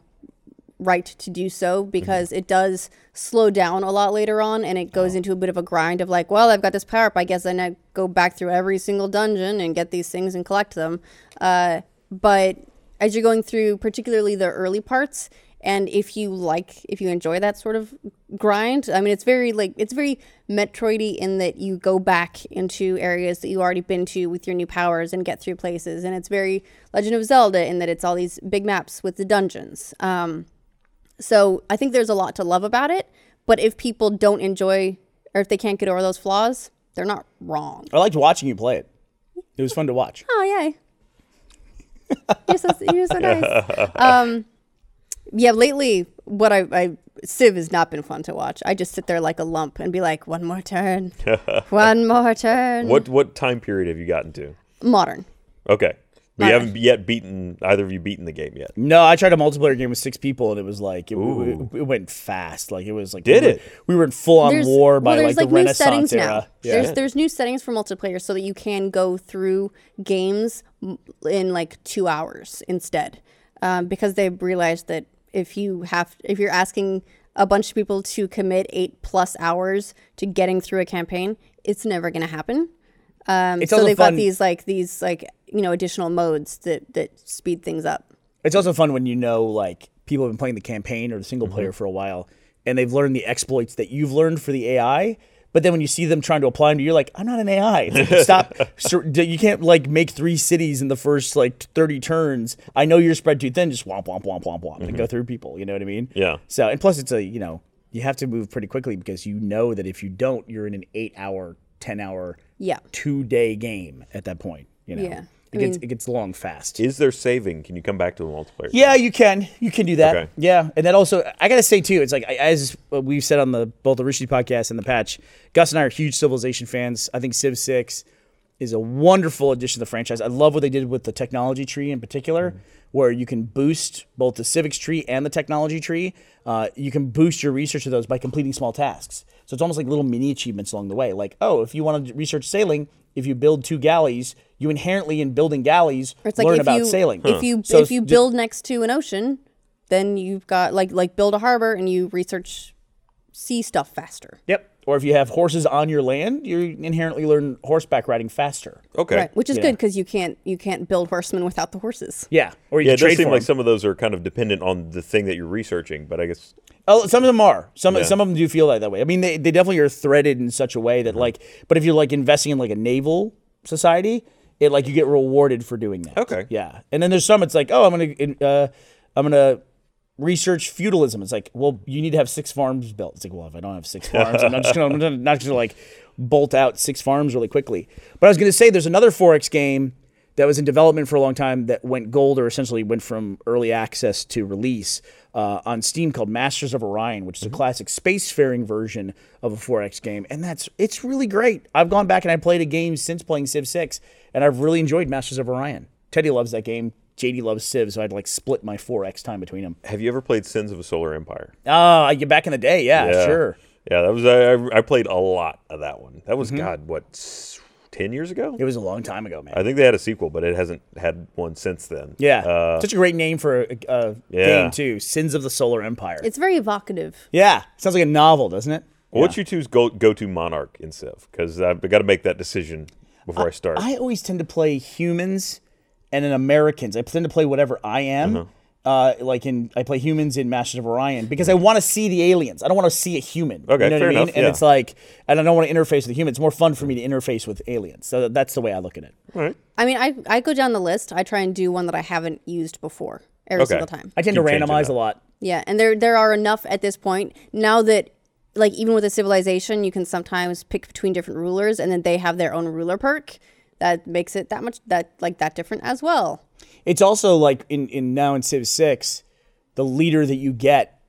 S1: right to do so because it does slow down a lot later on and it goes into a bit of a grind of like well i've got this power up i guess then i go back through every single dungeon and get these things and collect them uh, but as you're going through particularly the early parts and if you like if you enjoy that sort of grind i mean it's very like it's very metroidy in that you go back into areas that you already been to with your new powers and get through places and it's very legend of zelda in that it's all these big maps with the dungeons um, so i think there's a lot to love about it but if people don't enjoy or if they can't get over those flaws they're not wrong
S3: I liked watching you play it. It was fun to *laughs* watch.
S1: oh yay you're so, you're so nice um, yeah lately what I, I civ has not been fun to watch i just sit there like a lump and be like one more turn one more turn
S2: What what time period have you gotten to?
S1: modern
S2: Okay, but
S1: Not-
S2: you haven't yet beaten either of you beaten the game yet.
S3: No, I tried a multiplayer game with six people and it was like it, it, it went fast. Like it was like
S2: Did
S3: we were,
S2: it?
S3: We were in full on war by
S1: well,
S3: like,
S1: there's
S3: the Renaissance
S1: new settings
S3: era.
S1: Now. There's there's new settings for multiplayer so that you can go through games m- in like two hours instead, um, because they've realized that if you have if you're asking a bunch of people to commit eight plus hours to getting through a campaign, it's never going to happen. Um,
S3: It's
S1: so
S3: also
S1: they've
S3: fun-
S1: got these like these like you know additional modes that that speed things up.
S3: It's also fun when you know like people have been playing the campaign or the single player for a while, and they've learned the exploits that you've learned for the AI. But then when you see them trying to apply them, to you, you're like, I'm not an AI. It's like, stop! Sir, d- you can't like make three cities in the first like 30 turns. I know you're spread too thin. Just womp womp womp womp womp and go through people. You know what I mean?
S2: Yeah.
S3: So and plus it's a you know you have to move pretty quickly because you know that if you don't, you're in an eight hour, ten hour,
S1: Yeah.
S3: two day game at that point. You know.
S1: Yeah. I
S3: It gets
S1: mean-
S3: it gets long fast.
S2: Is there saving? Can you come back to the multiplayer?
S3: Yeah, you can. You can do that.
S2: Okay.
S3: Yeah, and that also, I gotta say too, it's like I- as we've said on the both the Rishi podcast and the Patch, Gus and I are huge Civilization fans. I think Civ Six is a wonderful addition to the franchise. I love what they did with the technology tree in particular, where you can boost both the civics tree and the technology tree. Uh, you can boost your research of those by completing small tasks. So it's almost like little mini achievements along the way. Like, oh, if you want to research sailing, if you build two galleys, you inherently in building galleys
S1: Or it's like
S3: learn
S1: if
S3: about
S1: you,
S3: sailing.
S1: If you
S3: So
S1: if you
S3: just-
S1: build next to an ocean, then you've got like like build a harbor and you research sea stuff faster.
S3: Yep. Or if you have horses on your land, you inherently learn horseback riding faster.
S2: Okay.
S1: Right, which is
S3: Yeah.
S1: good because you can't you can't build horsemen without the horses.
S3: Yeah. Or you
S2: Yeah,
S3: can
S2: it does
S3: trade
S2: seem
S3: for
S2: like
S3: 'em.
S2: some of those are kind of dependent on the thing that you're researching, but I guess
S3: Oh, some of them are. Some some of them do feel that, that way. I mean, they, they definitely are threaded in such a way
S2: Mm-hmm.
S3: that like. But if you're like investing in like a naval society, it like you get rewarded for doing that.
S2: Okay.
S3: Yeah. And then there's some it's like, oh, I'm gonna uh, I'm gonna research feudalism. It's like, well, you need to have six farms built. It's like, well, if I don't have six farms, I'm not just gonna, I'm not just gonna like bolt out six farms really quickly. But I was gonna say, there's another forex game that was in development for a long time that went gold, or essentially went from early access to release uh, on Steam called Masters of Orion, which is a classic spacefaring version of a forex game, and that's it's really great. I've gone back and I played a game since playing Civ Six, and I've really enjoyed Masters of Orion. Teddy loves that game. JD loves Civ, so I'd like split my 4x time between them.
S2: Have you ever played Sins of a Solar Empire?
S3: Ah, yeah, back in the day, yeah,
S2: Yeah.
S3: sure.
S2: Yeah, that was I, I- I played a lot of that one. That
S3: Mm-hmm.
S2: was God, what s- ten years ago?
S3: It was a long time ago, man.
S2: I think they had a sequel, but it hasn't had one since then.
S3: yeah,
S2: Uh,
S3: such a great name for a, a
S2: Yeah.
S3: game too. Sins of the Solar Empire.
S1: It's very evocative.
S3: yeah, sounds like a novel, doesn't it?
S2: What's your two's go go to monarch in Civ? Because I've got to make that decision before I, start.
S3: Uh, I always tend to play humans and then Americans. I tend to play whatever I am.
S2: Uh-huh.
S3: Uh, like in, I play humans in Masters of Orion because I want to see the aliens. I don't want to see a human.
S2: Okay,
S3: you know what I
S2: fair
S3: mean?
S2: enough,
S3: And
S2: yeah.
S3: it's like, and I don't want to interface with humans. It's more fun for me to interface with aliens. So that's the way I look at it.
S2: All right.
S1: I mean, I, I go down the list. I try and do one that I haven't used before every
S2: Okay.
S1: single time.
S3: I tend
S2: Keep
S3: to
S2: changing
S3: randomize a
S2: that.
S3: lot.
S1: Yeah, and there there are enough at this point now that like even with a civilization, you can sometimes pick between different rulers, and then they have their own ruler perk that makes it that much that like that different as well.
S3: It's also like in, in now in Civ Six, the leader that you get,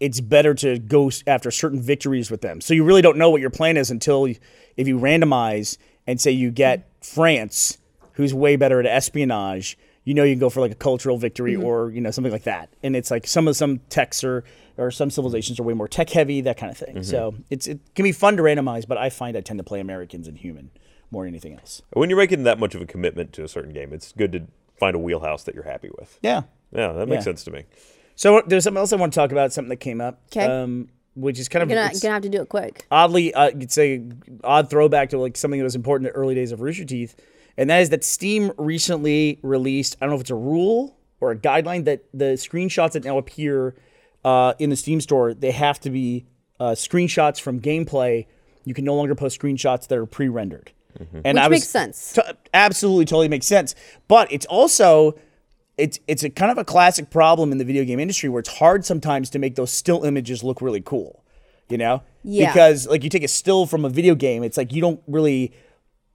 S3: it's better to go s- after certain victories with them. So you really don't know what your plan is until y- if you randomize and say you get France, who's way better at espionage. You know you can go for like a cultural victory or you know something like that. And it's like some of some techs are or some civilizations are way more tech heavy, that kind of thing. So it's it can be fun to randomize, but I find I tend to play Americans and human more than anything else.
S2: When you're making that much of a commitment to a certain game, it's good to find a wheelhouse that you're happy with.
S3: Yeah.
S2: Yeah, that makes
S3: Yeah.
S2: sense to me.
S3: So there's something else I want to talk about. Something that came up.
S1: 'Kay.
S3: Um, which is kind of
S1: You're gonna,
S3: it's
S1: gonna have to do it quick.
S3: oddly, uh, it's a odd throwback to like something that was important in the early days of Rooster Teeth, and that is that Steam recently released. I don't know if it's a rule or a guideline that the screenshots that now appear uh, in the Steam store they have to be uh, screenshots from gameplay. You can no longer post screenshots that are pre-rendered. And
S1: Which
S3: I was
S1: makes sense.
S3: t- absolutely totally makes sense. But it's also it's it's a kind of a classic problem in the video game industry where it's hard sometimes to make those still images look really cool. You know?
S1: Yeah.
S3: Because like you take a still from a video game, it's like you don't really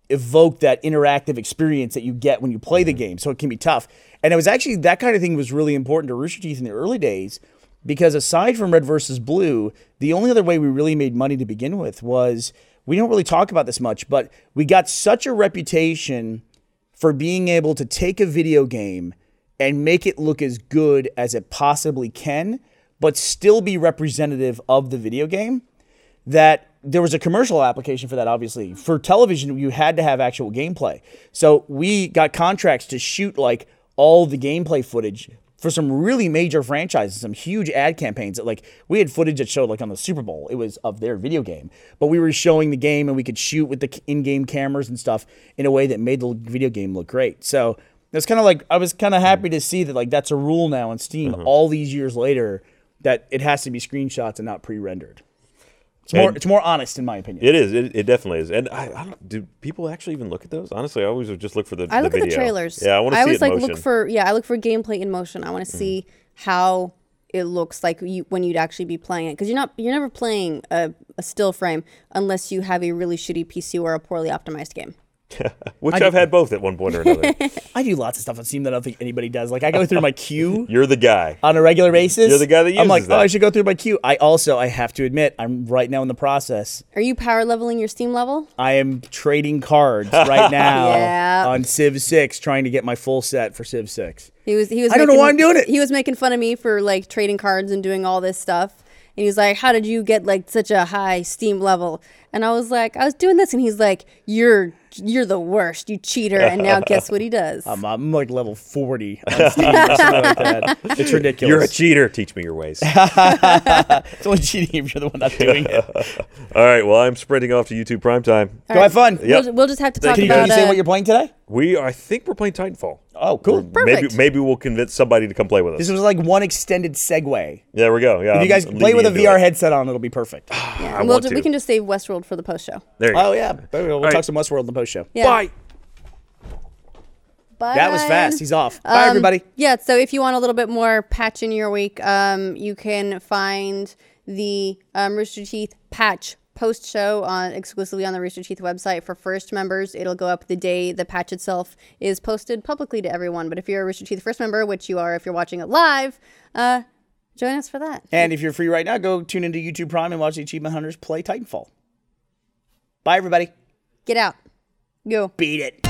S3: evoke that interactive experience that you get when you play the game. So it can be tough. And it was actually that kind of thing was really important to Rooster Teeth in the early days because aside from Red versus Blue, the only other way we really made money to begin with was we don't really talk about this much, but we got such a reputation for being able to take a video game and make it look as good as it possibly can, but still be representative of the video game that there was a commercial application for that obviously for television you had to have actual gameplay so we got contracts to shoot like all the gameplay footage for some really major franchises some huge ad campaigns that like we had footage that showed like on the super bowl it was of their video game but we were showing the game and we could shoot with the c- in-game cameras and stuff in a way that made the video game look great so that's kind of like i was kind of happy to see that like that's a rule now on steam all these years later that it has to be screenshots and not pre-rendered it's more,
S2: And-
S3: it's more honest, in my opinion.
S2: It is. It, it definitely is. And I, I don't. Do people actually even look at those? Honestly, I always would just look for the.
S1: I look at the
S2: video.
S1: trailers.
S2: Yeah, I want to see
S1: always
S2: it in
S1: like
S2: motion. Mm-hmm.
S1: look for yeah, I look for gameplay in motion. I want to see how it looks like you when you'd actually be playing it because you're not you're never playing a, a still frame unless you have a really shitty PC or a poorly optimized game.
S2: Which I've had both at one point
S1: *laughs*
S2: or another.
S3: I do lots of stuff on Steam that I don't think anybody does. Like I go
S2: *laughs*
S3: through my queue
S2: You're the guy.
S3: on a regular basis.
S2: You're the guy that
S3: I'm like,
S2: uses
S3: oh,
S2: that."
S3: I should go through my queue. I also, I have to admit, I'm right now in the process.
S1: Are you power leveling your Steam level?
S3: I am trading
S2: *laughs*
S3: cards right now
S1: Yeah.
S3: on Civ Six, trying to get my full set for Civ Six.
S1: He was he was
S3: I don't know
S1: making-
S3: why I'm doing it.
S1: He was making fun of me for like trading cards and doing all this stuff. And he was like, "How did you get like such a high steam level?" And I was like, "I was doing this." And he's like, "You're you're the worst. You cheater." And
S3: *laughs*
S1: now guess what he does?
S3: I'm, I'm like level 40 on Steam or something like
S2: *laughs*
S3: that. It's ridiculous.
S2: You're a cheater. Teach me
S3: *laughs*
S2: your ways.
S3: it's only cheating if you're the one not
S2: *laughs*
S3: doing it.
S2: All right. Well, I'm sprinting off to YouTube Prime Time.
S3: Go have fun.
S2: Yep.
S1: We'll, we'll just have to talk
S3: Can you, can
S1: about
S3: you say
S1: uh,
S3: what you're playing today?
S2: We are, I think we're playing Titanfall.
S3: Oh, cool.
S1: Perfect.
S2: Maybe maybe we'll convince somebody to come play with us.
S3: This was like one extended segue.
S2: There we go. Yeah.
S3: If you guys play with a VR headset on, it'll be perfect.
S1: yeah,
S2: I
S1: and we'll
S2: want
S1: ju-
S2: to.
S1: we can just save Westworld for the post show.
S2: There you
S3: Oh
S2: go.
S3: yeah, There we go. we'll
S2: right.
S3: talk some Westworld in the post show.
S1: Yeah.
S2: Bye.
S1: Bye,
S3: That was
S1: Ryan.
S3: fast. He's off. Bye,
S1: Um,
S3: everybody.
S1: Yeah, so if you want a little bit more patch in your week, um, you can find the um, Rooster Teeth patch post show on exclusively on the Rooster Teeth website for first members. It'll go up the day the patch itself is posted publicly to everyone. But if you're a Rooster Teeth first member, which you are if you're watching it live, uh, join us for that.
S3: And if you're free right now, go tune into YouTube Prime and watch the Achievement Hunters play Titanfall. Bye, everybody.
S1: Get out. Go.
S3: Beat it.